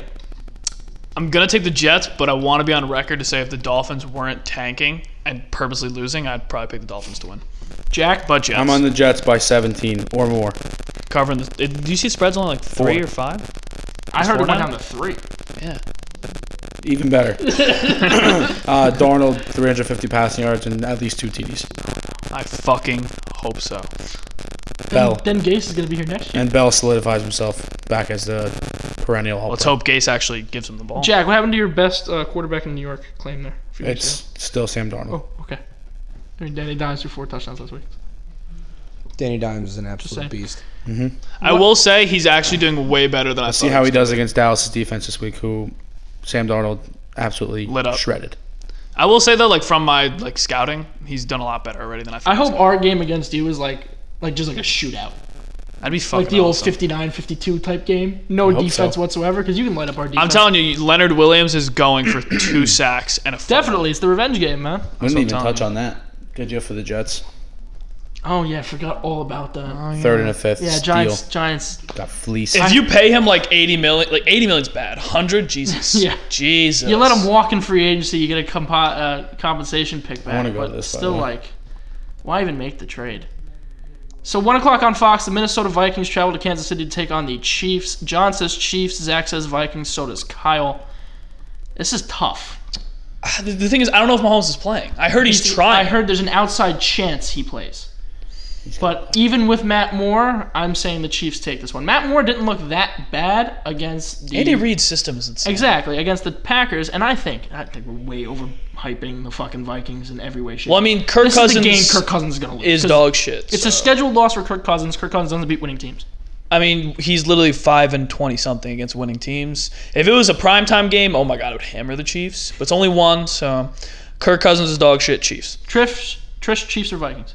<laughs> I'm gonna take the Jets, but I want to be on record to say if the Dolphins weren't tanking and purposely losing, I'd probably pick the Dolphins to win.
Jack?
But Jets
I'm on the Jets by 17 or more.
covering the. it- Do you see spreads only like three
Four.
or five?
I heard it
four
went
now?
down to three.
Yeah.
Even better. uh, Darnold, 350 passing yards and at least two TDs.
I fucking hope so.
Bell.
Then Gase is going to be here next year.
And Bell solidifies himself back as the perennial All
Let's
Pro.
hope Gase actually gives him the ball.
Jack, what happened to your best uh, quarterback in New York claim there? a few weeks
It's still Sam Darnold.
ago? Oh, okay. I mean, Danny Dimes threw four touchdowns last week.
Danny Dimes is an
saying.
absolute beast.
I will say he's actually doing way better than I
See
thought.
how he does against Dallas' defense this week, who Sam Darnold absolutely
Lit up.
shredded.
I will say though, like from my like scouting, he's done a lot better already than I thought.
I hope our game against you is like, like just like a shootout,
I'd be fucking
like the old
awesome.
59-52 type game. No
hope
defense
so.
whatsoever, because you can light up our defense.
I'm telling you, Leonard Williams is
<clears throat>
going for two sacks and a fumble.
Definitely, it's the revenge game, man.
We didn't
what I'm
even
telling
touch
you.
on that. Good deal for the Jets.
Oh yeah, I forgot all about that.
Third and a fifth.
yeah,
steal.
Giants, Giants.
Got fleeced.
If you pay him like 80 million, like 80 million's bad. 100, Jesus.
<laughs> Yeah.
Jesus.
You let him
<sighs>
walk in free agency, you get a compo- uh, compensation pick back.
wanna go
but
to this, by
still,
the way.
like, why even make the trade? So one o'clock on Fox, the Minnesota Vikings travel to Kansas City to take on the Chiefs. John says Chiefs, Zach says Vikings, so does Kyle. This is tough.
The, the thing is, I don't know if Mahomes is playing. I heard he's, trying.
I heard there's an outside chance he plays. But even with Matt Moore, I'm saying the Chiefs take this one. Matt Moore didn't look that bad against the
Andy Reid's system is insane.
Exactly against the Packers, and I think I think we're way overhyping the fucking Vikings in every way. Shape.
Well, I mean, Kirk
this
Cousins
is the game Kirk Cousins is gonna lose.
is
'cause
dog shit.
It's
so.
a scheduled loss for Kirk Cousins. Kirk Cousins doesn't beat winning teams.
I mean, he's literally five and twenty something against winning teams. If it was a primetime game, oh my god, I would hammer the Chiefs. But it's only one, so Kirk Cousins is dog shit. Chiefs.
Trish, Trish, Chiefs or Vikings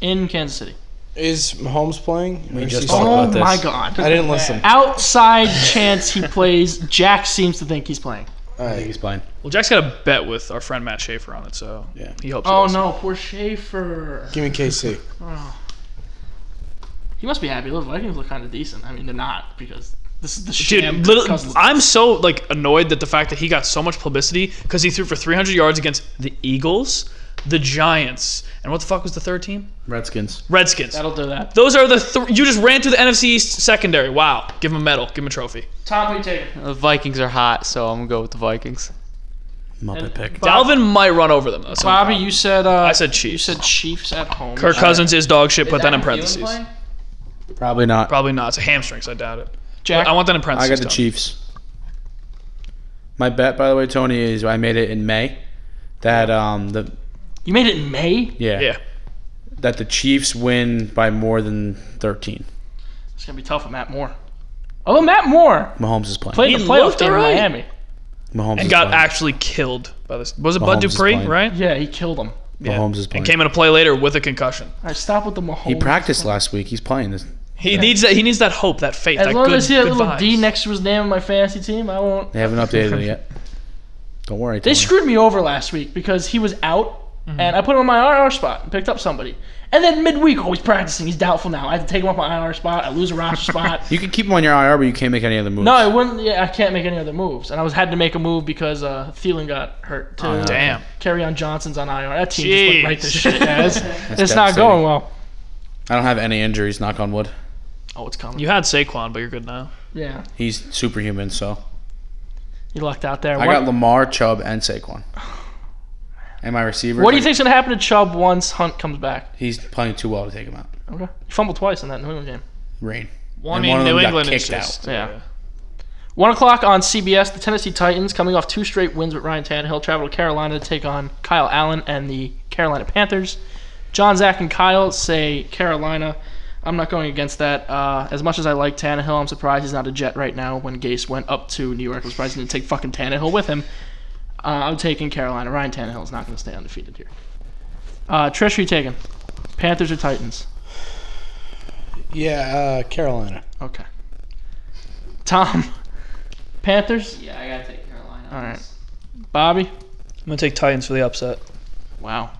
in Kansas City.
Is Mahomes playing? We
just
I
talked
Oh
about this.
my God!
didn't listen.
Outside chance he plays. Jack seems to think he's playing.
I think he's playing.
Well, Jack's got a bet with our friend Matt Schaefer on it, so yeah. he hopes.
Oh
it does.
no, poor Schaefer.
Give me KC.
He must be happy. Look, Vikings look kind of decent. I mean, they're not because this is the shit.
Dude, little, I'm so like annoyed that the fact that he got so much publicity because he threw for 300 yards against the Eagles, the Giants, and what the fuck was the third team?
Redskins.
Redskins.
That'll do that.
Those are the thr you just ran through the NFC East secondary. Wow, give him a medal, give him a trophy.
Tom, who you taking?
The Vikings are hot, so I'm gonna go with the Vikings.
Muppet pick.
Dalvin might run over them though. so-
Bobby, you said uh,
I said
you
Chiefs.
said Chiefs at home.
Kirk Cousins is dog shit. Put that in
Adam Thielen
parentheses.
playing?
Probably not.
Probably not. It's a hamstring, so I doubt it.
Jack,
I want that in
I
parentheses.
got the
though.
Chiefs. My bet, by the way, Tony, is I made it in May. That um the
you made it in May.
yeah,
Yeah.
that the Chiefs win by more than thirteen.
It's gonna be tough for Matt Moore. Although Oh, Matt Moore
Mahomes is playing.
played
He
in the playoff
looked
game in
alright.
Miami.
Mahomes
And
is
got
playing.
actually killed by this. Was it Bud
Mahomes is
Dupree,
playing.
right?
Yeah, he killed him.
Mahomes is playing.
And came into play later with a concussion.
All right, stop with the Mahomes.
he practiced last week. He's playing this.
He needs that. He needs that hope, that faith,
As
that
long
good,
as he had a
good
little
vibes.
D next to his name on my fantasy team, I won't.
They haven't updated it yet. Don't worry.
They
Tony.
screwed me over last week because he was out, and I put him on my IR spot and picked up somebody. And then midweek, oh, he's practicing. He's doubtful now. I have to take him off my IR spot. I lose a roster spot.
you can keep him on your IR, but you can't make any other moves.
No, I wouldn't. Yeah, I can't make any other moves, and I was had to make a move because uh, Thielen got hurt too.
Oh, Damn.
Carry on Johnson's on IR. That team just went right to
Jeez.
shit,
<laughs>
guys. <laughs> it's not
devastating.
going well.
I don't have any injuries. Knock on wood.
Oh, it's coming.
You had Saquon, but you're good now.
Yeah,
He's superhuman. So
you lucked out there.
I
what,
got Lamar, Chubb, and Saquon. And my receiver.
what do you think's gonna happen to Chubb once Hunt comes back?
He's playing too well to take him out.
Okay, he fumbled twice in that New England game.
Rain.
Well, I
And
mean,
one of them
New
got
England is
kicked out.
just.
Yeah. One o'clock on CBS. The Tennessee Titans, coming off two straight wins with Ryan Tannehill, travel to Carolina to take on Kyle Allen and the Carolina Panthers. John, Zach, and Kyle say Carolina. I'm not going against that. Uh, as much as I like Tannehill, I'm surprised he's not a Jet right now. When Gase went up to New York, I was surprised he didn't take fucking Tannehill with him. Uh, I'm taking Carolina. Ryan Tannehill is not going to stay undefeated here. Uh, Trish, who you taking? Panthers or Titans?
Yeah, uh, Carolina.
Okay. Tom, Panthers.
Yeah, I gotta take Carolina.
All right. Bobby.
I'm gonna take Titans for the upset.
Wow.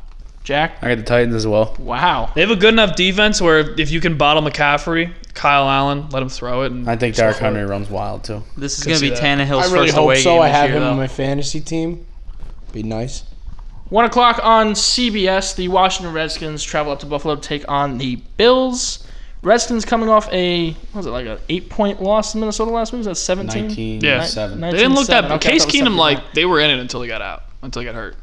Jack.
I got the Titans as well.
Wow.
They have a good enough defense where if you can bottle McCaffrey, Kyle Allen, let him throw it. And
I think Derrick Henry runs wild too.
This is
Could
gonna
see
be
that.
Tannehill's
I really
first
hope
away
so.
game
Oh, I
this
have
year,
him
though.
on my fantasy team. Be nice.
One o'clock on CBS. The Washington Redskins travel up to Buffalo to take on the Bills. Redskins coming off a what was it like an eight point loss to Minnesota last week? Was that seventeen?
Nineteen
Yeah.
seven.
They didn't look that.
19-7.
bad.
Okay, I
Case
thought it was
Keenum,
79.
like they were in it until he got out, until he got hurt.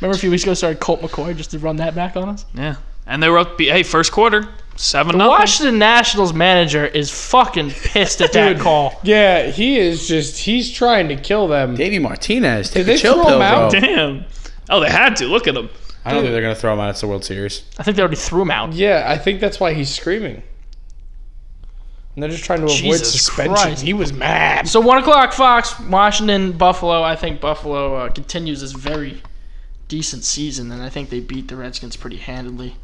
Remember a few weeks ago, started Colt McCoy just to run that back on us.
Yeah. And they were up. Hey, first quarter, seven
The
nothing.
Washington Nationals manager is fucking pissed at that call.
Yeah, he is just he's trying to kill them.
Davey Martinez, take
they
a chill
throw
pill,
him out?
<laughs>
bro.
Damn. Oh, they had to. Look at them.
I don't think they're gonna throw him out. It's the World Series.
I think they already threw him out.
Yeah, I think that's why he's screaming. And they're just trying to avoid
Jesus
suspension.
Christ.
He was mad.
So one o'clock, Fox, Washington, Buffalo. I think Buffalo uh, continues this very decent season, and I think they beat the Redskins pretty handedly.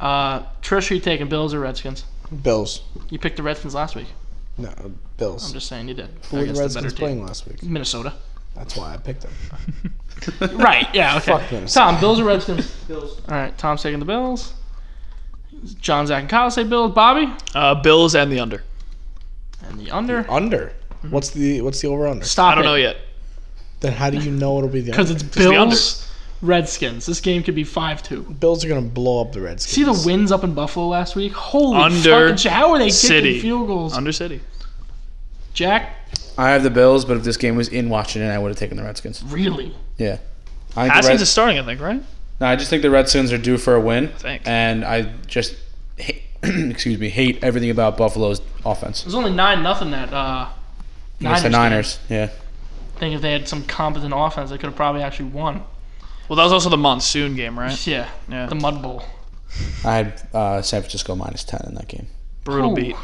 Uh, Trish, who you taking, Bills or Redskins?
Bills.
You picked the Redskins last week.
No, uh,
I'm
Bills.
just saying you did.
Who were the
Against
Redskins
better team.
playing last week?
Minnesota.
That's why I picked them.
<laughs> Right. Yeah. Okay.
Fuck Minnesota.
Tom, Bills or
<laughs>
Redskins? Bills. All right. Tom's taking the Bills. John, Zach, and Kyle say Bills. Bobby
Uh, Bills and the under.
and the under. Mm-hmm.
Under. What's the what's the over under?
Stop
I don't
it.
know yet.
Then how do you know it'll be the
Because
under?
it's
the under.
Bills, Redskins. This game could be five two.
Bills are gonna blow up the Redskins.
See the wins up in Buffalo last week. Holy
Under
fucking shit! How are they kicking
City.
field goals?
Under City.
Jack,
I have the Bills, but if this game was in Washington, I would have taken the Redskins.
really?
Yeah. I think the
Haskins
Reds-
is starting, I think, right?
No, I just think the Redskins are due for a win.
Thanks.
And I just, hate, <clears throat> excuse me, hate everything about Buffalo's offense.
It was only nine nothing that. Uh,
It's the
game.
Niners. Yeah.
I think if they had some competent offense, they could have probably actually won.
Well, that was also the monsoon game, right?
Yeah.
Yeah.
The Mud Bowl.
I had uh, San Francisco minus 10 in that game.
Brutal
Ooh.
beat.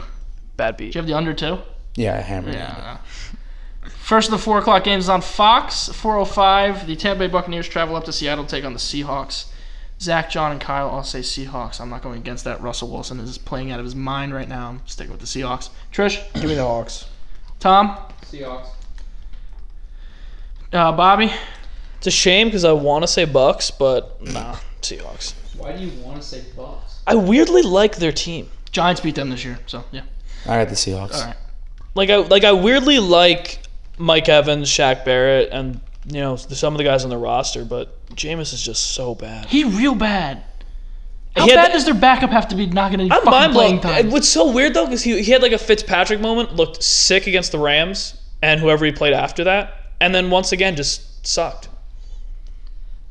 Bad beat.
Do you have the under two?
Yeah, I hammered it.
Yeah. First of the four o'clock games is on Fox. Four o five. The Tampa Bay Buccaneers travel up to Seattle to take on the Seahawks. Zach, John, and Kyle all say Seahawks. I'm not going against that. Russell Wilson is playing out of his mind right now. I'm sticking with the Seahawks.
<clears throat>
Trish,
Give me the Hawks.
Tom,
Seahawks.
uh, Bobby.
It's a shame because I want to say Bucks, but nah, Seahawks.
Why do you want to say Bucks?
I weirdly like their team.
Giants beat them this year, so yeah.
I had the Seahawks.
All right.
Like I like I weirdly like Mike Evans, Shaq Barrett, and you know some of the guys on the roster, but Jameis is just so bad.
He real bad. How
He had
bad
the-
does their backup have to be not getting any
I'm
fucking
mind
playing
blown.
time?
What's so weird though, because he, he had like a Fitzpatrick moment, looked sick against the Rams and whoever he played after that, and then once again just sucked.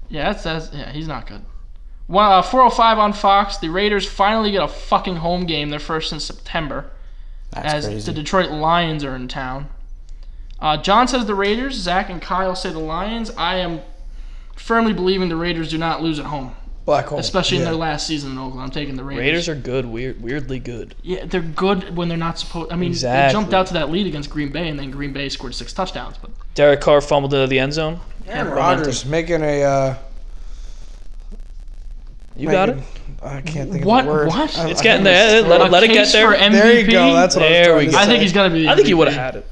Yeah, that's, that's yeah. He's not good. Well, uh, 405 on Fox. The Raiders finally get a fucking home game. Their first since September,
That's
as
crazy.
the Detroit Lions are in town. Uh, John says the Raiders. Zach and Kyle say the Lions. I am firmly believing the Raiders do not lose at home,
Black hole.
especially in their last season in Oakland. I'm taking the Raiders.
Raiders are good, weird, weirdly good.
Yeah, they're good when they're not supposed. I mean, they
Exactly.
jumped out to that lead against Green Bay, and then Green Bay scored six touchdowns. But
Derek Carr fumbled into the end zone.
Aaron
Yeah,
Rodgers making a. Uh,
You got it.
making- I can't think
What?
of the word.
What?
I-
It's
I
getting
think
there.
it's-
Let-
A
it get
case
there.
For MVP,
There you go. That's what
There
I was
we
trying
go.
to
I think
say.
he's gonna be.
I think he
MVP.
would have had it.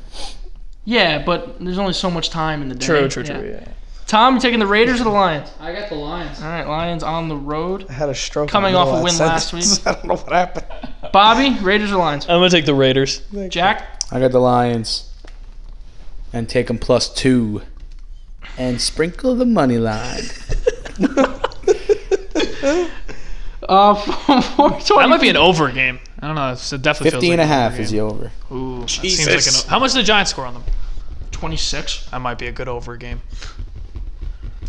Yeah, but there's only so much time in the day.
True, true,
Yeah.
true. Yeah.
Tom, you taking the Raiders or the Lions?
I got the Lions.
All right, Lions on the road.
I had a stroke. in
Coming
the
off
middle
a
of
win
that
last
sentence. <laughs> I don't know what happened.
Bobby, Raiders or Lions?
I'm gonna take the Raiders.
Jack, <laughs>
I got the Lions. And take them plus two. And sprinkle the money line.
uh, four
That
twenty.
might be an over game. I don't know. It's- It definitely
50
feels
and
like
a
an
half
over
is
game.
the over.
Ooh, that Seems
Jesus.
like an, o- how much did the Giants score on them?
Twenty-six.
That might be a good over game.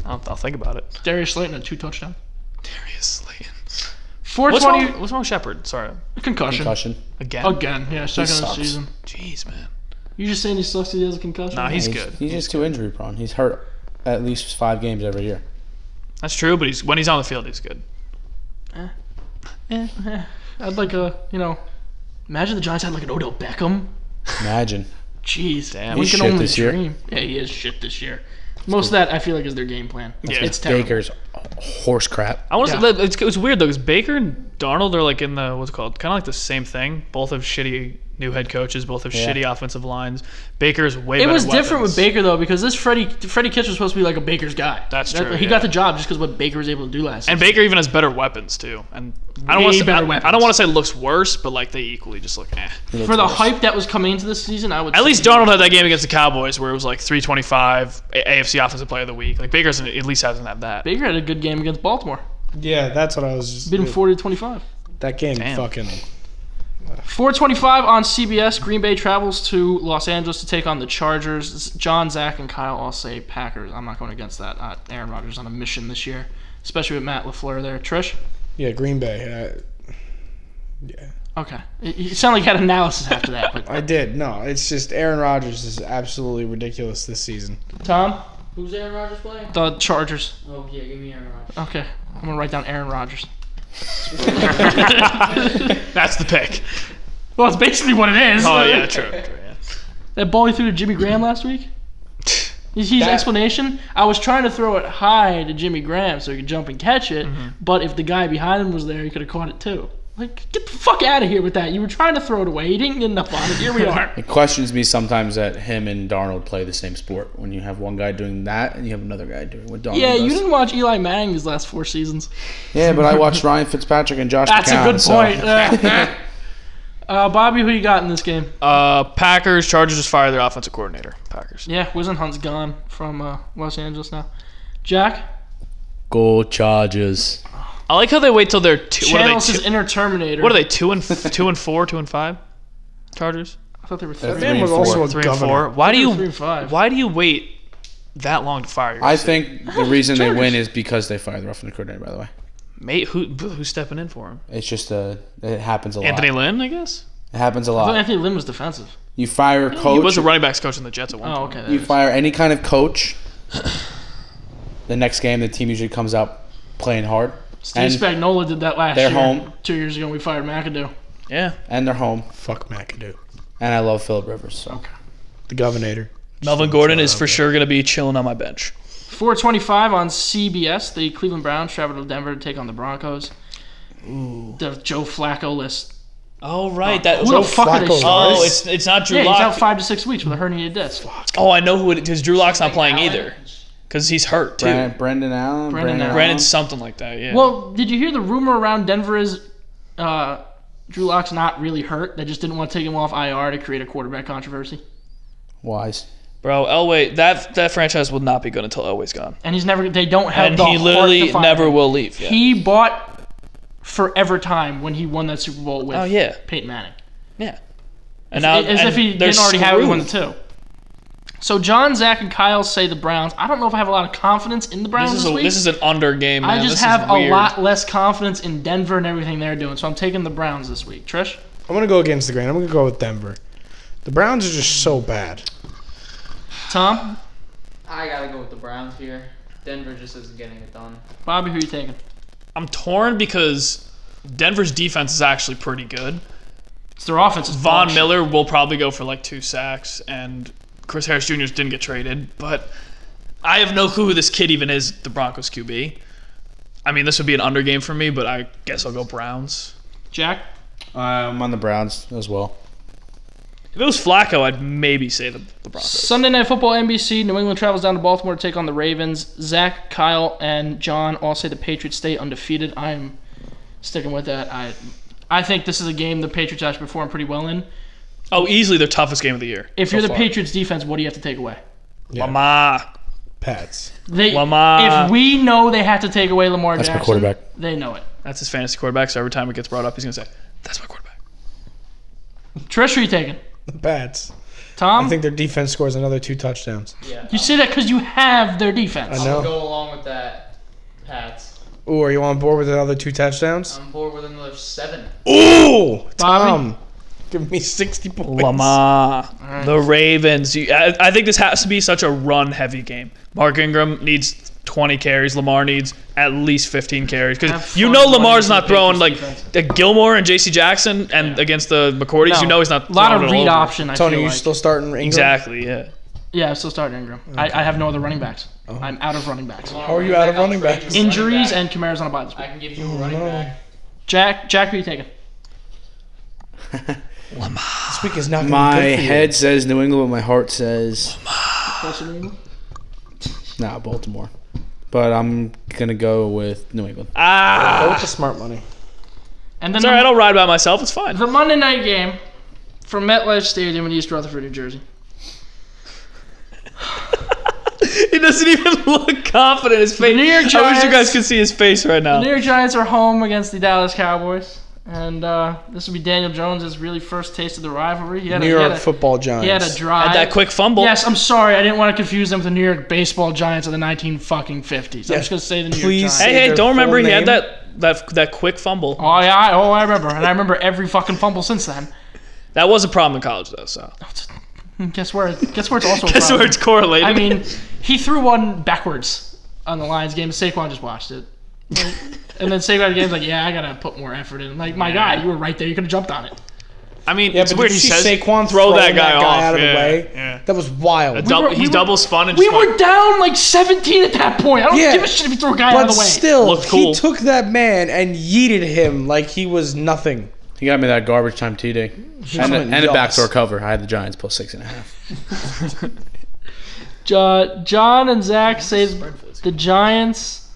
I'll, I'll think about it.
Darius Slayton had two touchdowns.
Seriously.
Four
What's wrong?
twenty.
What's wrong with Shepard? Sorry.
Concussion.
Concussion.
Again.
Again, yeah, second of the
sucks.
season.
Jeez, man.
You just saying he sucks because he has a concussion?
Nah, he's
He's,
good.
He's just too injury prone. He's hurt at least five games every year.
That's true, but he's when he's on the field, he's good.
I'd like a, you know, imagine the Giants had like an Odell Beckham.
Imagine.
Jeez,
Damn.
we
He's
can
shit
only
this year.
dream. Yeah, he is shit this year. Most of that I feel like is their game plan.
Yeah.
It's terrible.
Baker's horse crap.
<laughs>
<laughs>
I want to
Yeah.
say that it's, it's weird though, because Baker and Darnold are like in the what's it called kind of like the same thing. Both have shitty new head coaches. Both have shitty offensive lines. Baker's way.
It
better
was different with
weapons.
Baker though because this Freddie Freddie Kitchens was supposed to be like a Baker's guy.
That's
That-
true,
He
yeah.
got the job just because what Baker was able to do last. season.
And Baker even has better weapons too. And I don't
Way
want to.
better
I, I
weapons.
don't want to say looks worse, but like they equally just look. Eh.
for the hype that was coming into this season, I would
At
say-
least Darnold had that game against the Cowboys where it was like 325 A- AFC Offensive Player of the Week. Like Baker's at least hasn't had that.
Baker had a good game against Baltimore.
Yeah, that's what I was just.
Beat him forty to twenty five.
That game
Damn.
fucking.
Four twenty five on CBS. Green Bay travels to Los Angeles to take on the Chargers. John, Zach, and Kyle all say Packers. I'm not going against that. Uh, Aaron Rodgers on a mission this year, especially with Matt Lafleur there. Trish,
Yeah, Green Bay. Uh, Yeah.
Okay. You you sound like you had analysis after that. But
<laughs> I did. No, it's just Aaron Rodgers is absolutely ridiculous this season.
Tom,
Who's Aaron Rodgers playing?
the Chargers.
Oh yeah, give me Aaron Rodgers.
Okay. I'm gonna write down Aaron Rodgers.
<laughs> That's the pick.
Well, it's basically what it is.
Oh yeah, true. true yeah.
That ball he threw to Jimmy Graham last week. His his explanation: I was trying to throw it high to Jimmy Graham so he could jump and catch it, but if the guy behind him was there, he could have caught it too. Like, get the fuck out of here with that! You were trying to throw it away. You didn't get enough on it. Here we are.
It questions me sometimes that him and Darnold play the same sport when you have one guy doing that and you have another guy doing what Darnold
yeah,
does.
you didn't watch Eli Manning these last four seasons.
Yeah, but I watched Ryan Fitzpatrick and Josh.
That's
McCown,
a good
so-
point. <laughs> uh, Bobby, who you got in this game?
Uh, Packers. Chargers just fired their offensive coordinator. Packers.
Yeah, Wizen Hunt's gone from uh, Los Angeles now. Jack
Go Chargers.
I like how they wait till they're two. What are they?
channels
Two,
his inner Terminator.
what are they? Two and f- <laughs> two and four, two and five. Chargers.
I thought they were three,
Three
Man
and
was
four.
also a
Three and
governor.
four. Why do
three and
you?
five.
Why do you wait that long to fire? Your
I
<laughs>
think the reason they win is because they fired the offensive coordinator. By the way,
mate, who who's stepping in for him?
it's just uh it happens a lot.
Anthony Lynn, I guess.
It happens a
I thought
lot.
Anthony Lynn was defensive.
You fire a
He
coach.
was a running backs coach in the Jets at one
Oh,
point.
okay.
you
that is-
fire any kind of coach. The next game, the team usually comes out playing hard,
Steve
and,
Spagnola did that last
they're
year.
home.
Two years ago, we fired McAdoo.
Yeah.
and they're home.
Fuck McAdoo.
And I love Philip Rivers. So.
The governor.
Melvin Gordon is for sure gonna be chilling on my bench.
425 on CBS. The Cleveland Browns travel to Denver to take on the Broncos. Ooh. The Joe Flacco list.
Oh right, that
Who the fuck are they?
Flacco
starting?
Oh, it's it's not Drew
yeah, he's out
Lock.
five to six weeks with a herniated disc.
Oh, I know who it is. 'cause Drew Lock's not playing either, because he's hurt too.
Bren- Brendan Allen.
Brendan Allen.
Brandon's something like that. Yeah.
Well, did you hear the rumor around Denver is uh, Drew Lock's not really hurt? They just didn't want to take him off IR to create a quarterback controversy.
Wise.
Bro, Elway, that that franchise will not be good until Elway's gone,
And he's never. They don't have.
and
the
he
heart
literally
to fire
never
him.
will leave. Yeah.
He bought forever time when he won that Super Bowl with
oh yeah,
Peyton Manning.
yeah. And now,
As
and
if he
they're
didn't already have
screwed.
one too. So John, Zach, and Kyle say the Browns. I don't know if I have a lot of confidence in the Browns
This
this,
is a,
week.
this is an under game. Man.
I
This
just
is
have a
weird.
lot less confidence in Denver and everything they're doing, so I'm taking the Browns this week. Trish,
I'm gonna go against the grain. I'm gonna go with Denver. The Browns are just so bad.
Tom,
I gotta go with the Browns here. Denver just isn't getting it done.
Bobby, who are you taking?
I'm torn because Denver's defense is actually pretty good.
It's their offense. It's
Von
bullshit.
Miller will probably go for like two sacks, and Chris Harris Jr. didn't get traded, but I have no clue who this kid even is, the Broncos QB. I mean, this would be an under game for me, but I guess I'll go Browns.
Jack.
I'm on the Browns as well.
If it was Flacco, I'd maybe say the, the Broncos.
Sunday Night Football, NBC. New England travels down to Baltimore to take on the Ravens. Zach, Kyle, and John all say the Patriots stay undefeated. I'm sticking with that. I, I think this is a game the Patriots actually perform pretty well in.
Oh, easily their toughest game of the year.
If you're the
far.
Patriots defense, what do you have to take away?
Mama.
Pats.
They,
Lamar.
If we know they have to take away Lamar
That's my
Jackson,
quarterback.
they know it.
That's his fantasy quarterback, so every time it gets brought up, he's going to say, That's my quarterback.
Trish, who are you taking?
The Pats.
Tom,
I think their defense scores another two touchdowns.
you say that because you have their defense.
I know.
Go along with that, Pats.
Ooh, are you on board with another two touchdowns?
I'm bored with another seven.
Ooh,
Bobby?
Tom, give me sixty points.
Lamar,
right.
the Ravens. You, I, I think this has to be such a run-heavy game. Mark Ingram needs 20 carries. Lamar needs at least 15 carries
Have
because you
fun
know
running
Lamar's
into
not
the
throwing like
Patriots
the Gilmore and J.C. Jackson and against the McCourties. You know he's not.
A lot of
throwing it
read
all over.
option. I
Tony,
feel
you
like.
still starting Ingram?
Exactly. Yeah.
Yeah, I'm still starting Ingram. I, I have no other running backs.
Oh.
I'm out of running backs.
How
are you out of running backs? Oh,
Injuries and Kamara's on a bye this
I
week.
can give you a running
no.
back.
Jack, Jack, who are you taking?
This week is not
<laughs> My
gonna be good for you.
head says New England, my heart says
Closer to England?
nah, Baltimore. But I'm gonna go with New England.
Ah.
Go with the smart money.
And then
It's
the,
all right. I don't ride by myself. It's fine. <laughs>
the Monday night game from MetLife Stadium in East Rutherford, New Jersey.
he doesn't even <laughs> look confident. His face.
New York
I wish you
Giants.
guys could see his face right
The New
now.
York Giants are home against the Dallas Cowboys, and uh, this will be Daniel Jones' really first taste of the rivalry. He had
New
a, he had
York
a,
Football
He had a
Giants.
drive.
Had that quick fumble.
Yes, I'm sorry. I didn't want to confuse them with the New York baseball giants of the 19 fucking 50s. I'm just gonna say the New York
Please
Giants.
Hey,
say
hey!
their
Don't remember
full
he had
name.
that
that that quick fumble.
Oh yeah, I- oh I remember, and I remember every fucking fumble since then.
That was a problem in college though.
<laughs>
So
Guess where? Guess where it's also. a
guess where
problem.
it's correlated.
I <laughs> mean, he threw one backwards on the Lions game. Saquon just watched it. and then Saquon game's like, yeah, I gotta put more effort in. I'm like, my guy, you were right there. You could have jumped on it.
I mean,
Yeah,
it's
but
weird.
did
He
you
says
see Saquon
throw
throwing
that guy, off.
out of
yeah,
the way.
Yeah.
that was wild.
Dou-
were-
he's
we were-
double spun and
We
just went-
were down like 17 at that point. I don't
Yeah.
give a shit if you threw a guy out
But
of the way.
still,
Looked cool.
he took that man and yeeted him like he was nothing.
He got me that garbage time TD. And, a,
Fucking
and a
yikes.
backdoor cover. I had the Giants plus six and a half.
Jo- John and Zach say the Giants.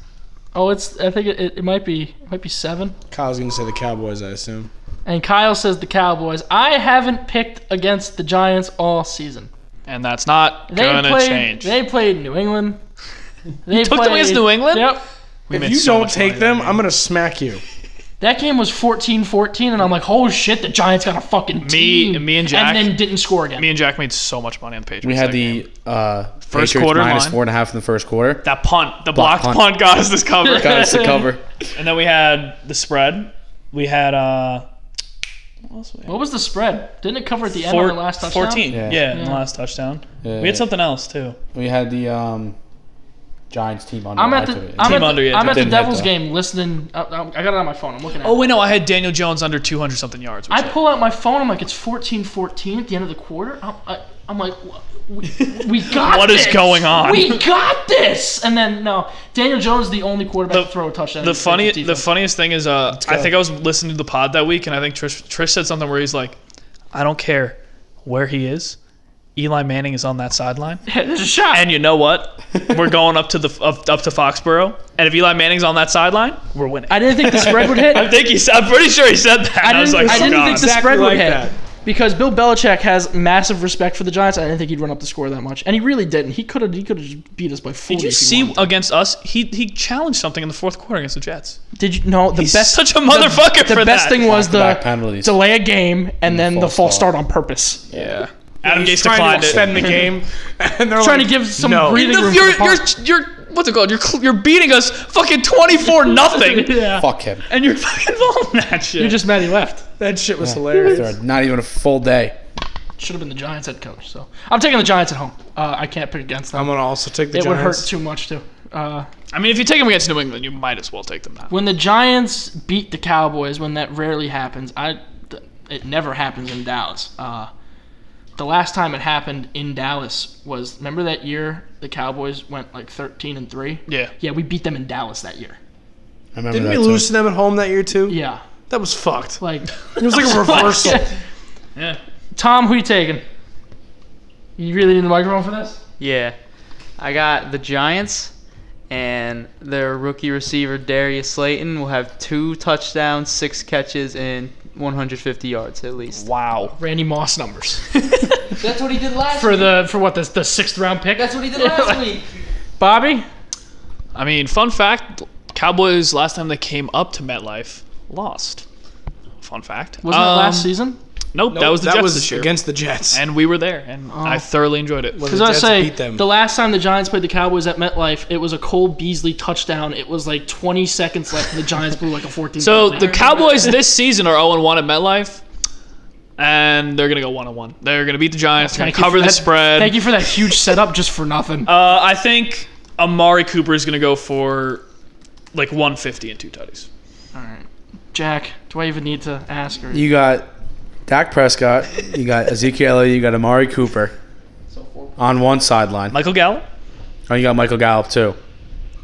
Oh, it's. I think it, it, it might be. It might be seven.
Kyle's gonna say the Cowboys, I assume.
And Kyle says the Cowboys. I haven't picked against the Giants all season.
and that's not
They
gonna
played.
change.
They played
<laughs>
New England. They
took them against New England?
Yep.
We made
If you
so
don't
much money that
take them,
game.
I'm gonna
<laughs>
smack you.
That game was 14-14, and I'm like, holy shit, the Giants got a fucking team.
me and Jack-
And then didn't score again.
me and Jack made so much money on the Patriots.
We had
that game.
the uh,
First
first
quarter
quarter minus
line.
four and a half in the first quarter.
that punt, the blocked
punt.
punt got us this cover.
Got us the cover.
and then we had the spread. We had uh
what was the spread? Didn't it cover at the end
four,
of our last touchdown?
14. Yeah,
Yeah.
in the
Yeah.
last touchdown.
Yeah,
We had
yeah.
something else too.
Uh, We had the um, Giants team under.
I'm
I
at the
took it.
I'm
Team
at
under,
the,
yeah,
I'm at the
didn't hit
Devils
that.
game listening. I, I I got it on my phone. I'm looking at.
Oh
it.
wait, no, I had Daniel Jones under 200 something yards. which
I pull out my phone. I'm like, it's 14-14 at the end of the quarter. I'm, I, I'm like, wha- we,
<laughs>
we got
What is
this.
going on?
We got this. And then no, Daniel Jones is the only quarterback
The-
to throw a touchdown.
The
against
funny,
Patriots
the
defense.
funniest thing is, uh, I
go.
think I was listening to the pod that week, and I think Trish, Trish said something where he's like, "I don't care where he is, Eli Manning is on that sideline."
There's a shot.
And you know what? <laughs> We're going up to the up, up to Foxborough, and if Eli Manning's on that sideline, we're <laughs> winning.
I didn't think the spread would hit.
I think he. said- I'm pretty sure he said that. and I, was
didn't-
like,
I
oh,
didn't
God.
think the
Exactly
spread would
like
hit
that.
because Bill Belichick has massive respect for the Giants. I didn't think he'd run up the score that much, and he really didn't. He could have. He could have beat us by forty.
Did you
if he
see
wanted to.
against us? He he challenged something in the fourth quarter against the Jets.
Did you know the
He's
best?
such a motherfucker
the
for that.
best thing was
Back
the
penalties.
delay a game and then the
false
false
start.
start on purpose.
Yeah. Adam Gase
He's trying
declined
to
it.
extend the game, and they're
Trying to
like,
give some
no.
breathing
<laughs> No,
room.
you're,
for the
you're,
punt.
you're, what's it called? You're, cl- you're beating us fucking 24 nothing.
yeah. <laughs>
Fuck him.
And
<laughs>
you're fucking involved in that shit.
You're just mad he left.
that shit was hilarious.
They're Not even a full day.
Should have been the Giants head coach. So I'm taking the Giants at home. Uh, I can't pick against them.
I'm gonna also take the
it would hurt
Giants.
too much too. Uh,
I mean, if you take them against New England, you might as well take them now.
when the Giants beat the Cowboys, when that rarely happens, I th- it never happens in Dallas. Uh, the last time it happened in Dallas was remember that year the Cowboys went like 13 and three.
Yeah.
Yeah, we beat them in Dallas that year.
I remember
Didn't
that
we
too.
lose to them at home that year too?
Yeah,
That was fucked.
like
It was like
<laughs>
a reversal.
Yeah.
Tom, who you taking? You really need the microphone for this?
Yeah. I got the Giants and their rookie receiver Darius Slayton will have two touchdowns, six catches, and 150 yards at least.
wow.
Randy Moss numbers
That's what he did last
<laughs> for the for what the, the sixth round pick.
That's what he did last week.
Bobby.
I mean, fun fact: Cowboys last time they came up to MetLife lost. Fun fact.
Wasn't that
Um,
last season?
Nope, that was the Jets this year.
against the Jets.
and we were there, and
Oh.
I thoroughly enjoyed it.
Well,
Because I
Jets
say
beat them.
the last time the Giants played the Cowboys at MetLife, it was a Cole Beasley touchdown. It was like 20 seconds left, and the Giants blew like a 14.
So the Cowboys this season are 0 1 at MetLife, and they're gonna go 1 1. They're gonna beat the Giants. They're
Thank
gonna
you
cover
for
the
that-
spread.
Thank you for that huge setup just for nothing.
Uh, I think Amari Cooper is going to go for like 150 and two tutties.
All right, Jack, do I even need to ask? Or
You got Dak Prescott. You got Ezekiel. Elliott, You got Amari Cooper on one sideline.
Michael Gallup,
Oh, you got Michael Gallup too,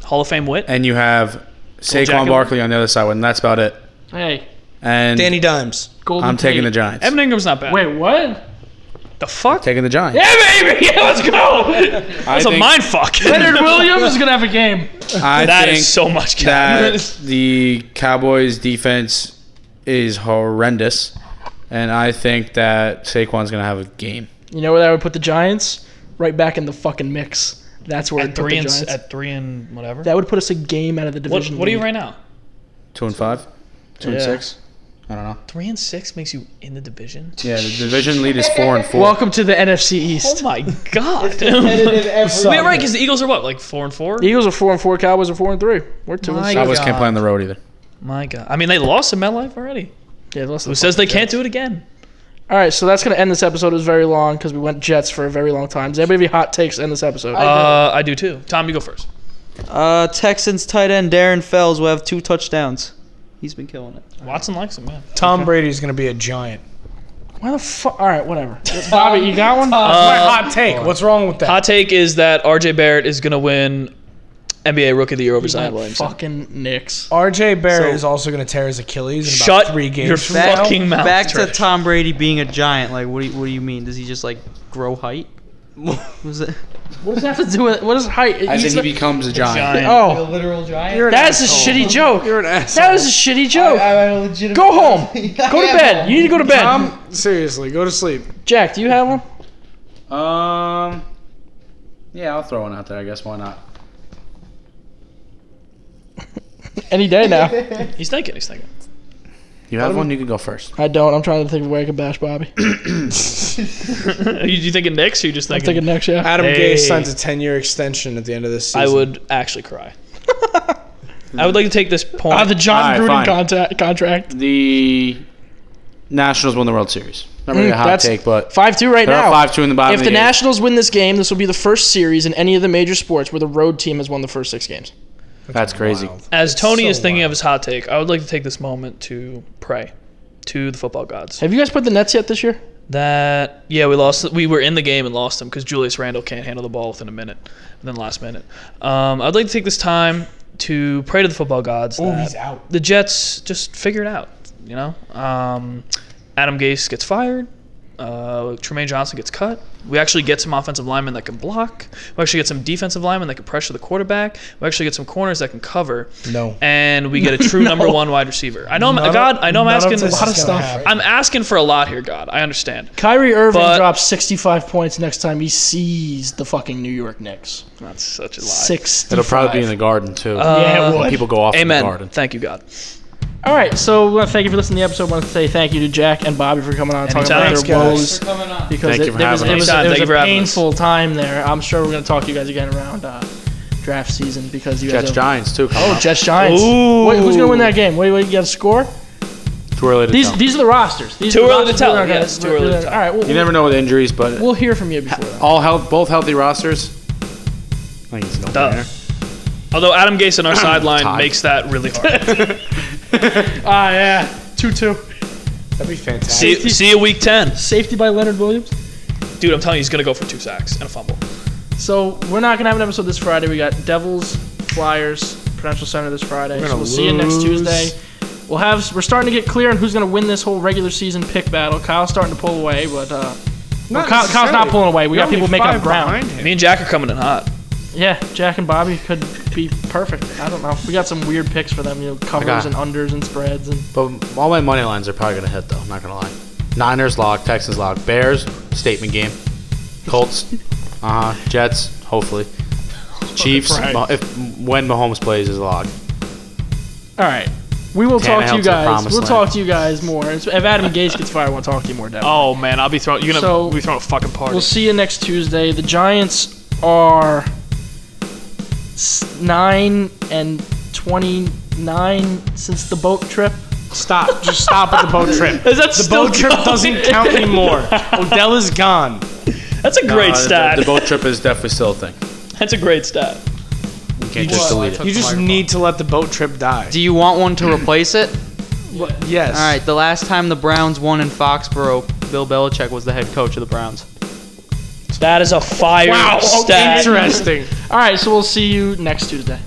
Hall of Fame wit.
and you have
Jacobs.
Saquon Barkley on the other side. And that's about it.
hey,
And
Danny Dimes.
Golden.
I'm taking the
Tate.
Giants.
Evan Ingram's not bad.
Wait, what?
the fuck?
Taking the Giants.
Yeah, baby! <laughs> Yeah, let's go! That's
I
a
think-
mind fuck. <laughs>
Leonard Williams is gonna have a game.
I
That
think
is so much <laughs>
that <laughs>
cash.
the Cowboys' defense is horrendous, and I think that Saquon's gonna have a game.
You know where that would put the Giants? Right back in the fucking mix. That's where
at
it put the
three and
Giants.
at three and whatever.
that would put us a game out of the
What,
division.
what are you
lead.
right now?
Two and five. Two and
Yeah.
six. I don't know.
Three and six makes you in the division.
Yeah, the division lead is four and four.
Welcome to the NFC
<laughs> Oh
East.
my god! Wait, <laughs> right? Because the Eagles are what, like four and four?
The Eagles are four and four. Cowboys are four and three. We're two and
My
six.
<laughs> Cowboys
God.
can't play on the road either.
My God. I mean, they lost in MetLife already.
Yeah, unless
Who says they can't do it again?
All right, so that's gonna end this episode. It was very long because we went Jets for a very long time. Does anybody have any hot takes to end this episode?
Uh, I do too. Tom, you go first.
Uh, Texans tight end Darren Fells will have two touchdowns. He's been killing it.
Watson likes him, man.
Tom Brady's going to be a giant.
Why the fuck? All right, whatever. Bobby, you got one?
Uh,
That's my hot take. What's wrong with that?
Hot take is that RJ Barrett is going to win NBA Rookie of the Year over Zion
That
Williamson.
fucking Knicks.
RJ Barrett
So-
is also going to tear his Achilles in about
Shut
three games.
your
from
Back-
now.
fucking mouth.
Back to
Trish.
Tom Brady being a giant. Like, what do you, what do you mean? Does he just like grow <laughs> height? What was it?
What does that have to do with What is height?
As
He's
in he
not-
becomes a giant.
Giant.
Oh,
literal giant.
you're an
That's a
asshole.
shitty joke.
You're an asshole.
That was a shitty joke. go home. Go to bed. You need to go to bed.
Tom, seriously, go to sleep.
Jack, do you have one?
Um. Yeah, I'll throw one out there. I guess why not?
Any day now.
He's thinking. He's <laughs> thinking.
You have one. You can go first.
I don't. I'm trying to think of where I can bash Bobby.
you, you thinking Knicks or you just
I'm
thinking?
thinking next year.
Adam
Hey.
Gay signs a 10 year extension at the end of this season.
I would actually cry. I would like to take this point.
Ah, the John
All right,
Gruden
fine.
contact, contract.
The Nationals won the World Series. Not really
Mm,
a hot
that's-
take, but
Five two right
they're
now.
up five two in the bottom.
if
of
the
the eighth.
Nationals win this game, this will be the first series in any of the major sports where the road team has won the first six games.
that's crazy.
Wild.
As Tony
so
is thinking
wild.
of his hot take, I would like to take this moment to pray to the football gods
Have you guys put the Nets yet this year?
that yeah we lost we were in the game and lost them because Julius Randle can't handle the ball within a minute and then last minute. Um, I'd like to take this time to pray to the football gods
Oh,
that
he's out.
the Jets just figure it out. You know, um, Adam Gase gets fired. Uh, Tremaine Johnson gets cut. We actually get some offensive linemen that can block. We actually get some defensive linemen that can pressure the quarterback. We actually get some corners that can cover.
No.
and we get a
<laughs>
true number one wide receiver. I know, I'm,
None of-
God, I know, I'm
none of
asking
this is gonna happen.
I'm asking for a lot here, God. I understand.
Kyrie Irving
But-
drops 65 points next time he sees the fucking New York Knicks.
That's such a lie.
65.
It'll probably be in the garden too.
Yeah, it would.
people go off in the
Amen.
garden.
Thank you, God.
All right, so we want to thank you for listening to the episode. I want to say thank you to Jack and Bobby for coming on and talking
Anytime.
about
Thanks,
their
guys.
woes because
Thank
it,
you for
there was,
having
it was,
us. Anytime.
it was
Thank you for
a
having us.
painful time there. I'm sure we're going to talk to you guys again around uh, draft season because you guys
Jets
have-
Giants too.
Oh, Jets Giants.
Ooh.
Wait, who's going to win that game? Wait, wait, you got a score?
too early to
These
tell.
these are the rosters. These
Too
are the
early to
rosters.
tell.
We're not
Yeah,
gonna-
it's too
we're-
early to
we're-
tell.
All right, we'll,
you never know with injuries, but
we'll hear from you before that.
all health, both healthy rosters. I think it's no
Duh.
brainer.
Although Adam Gase on our sideline
Tied.
makes that really hard.
<laughs>
<laughs>
Ah, yeah. 2 2.
That'd be fantastic.
see, see you week 10.
Safety by Leonard Williams.
Dude, I'm telling you, he's going to go for two sacks and a fumble.
So we're not gonna have an episode this Friday. We got Devils, Flyers, Prudential Center this Friday. So
gonna
we'll see you next
lose.
Tuesday. We'll have we're starting to get clear on who's gonna win this whole regular season pick battle. Kyle's starting to pull away, but uh, well, Kyle, Kyle's not pulling away. We got people making up ground.
Me and Jack are coming in hot.
Yeah, Jack and Bobby could be perfect. I don't know. We got some weird picks for them. You know, covers
got-
and unders and spreads and
<laughs> But all my money lines are probably gonna hit though. I'm not gonna lie. Niners lock, Texans lock, Bears statement game, Colts, uh huh, Jets
<laughs>
hopefully, Chiefs
Right.
Ma- if when Mahomes plays is a lock.
all right. We will talk to
Tannehill
you
to the
guys.
promised
We'll
land.
talk to you guys more. If Adam Gase gets fired, we'll talk to you more. Devils.
Oh, man. I'll be throwing. You're going to
So-
be throwing a fucking party.
We'll see you next Tuesday. The Giants are s- nine and twenty-nine since the boat trip.
Stop. Just stop at the boat trip.
<laughs>
Is that
The boat trip doesn't
<laughs>
count anymore. Odell is gone.
That's a great
Uh, the-
stat.
The, boat trip is definitely still a thing.
<laughs> That's a great stat.
You can't just delete it.
You just need to let the boat trip die.
Do you want one to replace it?
Yes.
All right. The last time the Browns won in Foxborough, Bill Belichick was the head coach of the Browns.
That is a fire
Wow, Oh, okay,
stat.
All right, so we'll see you next Tuesday.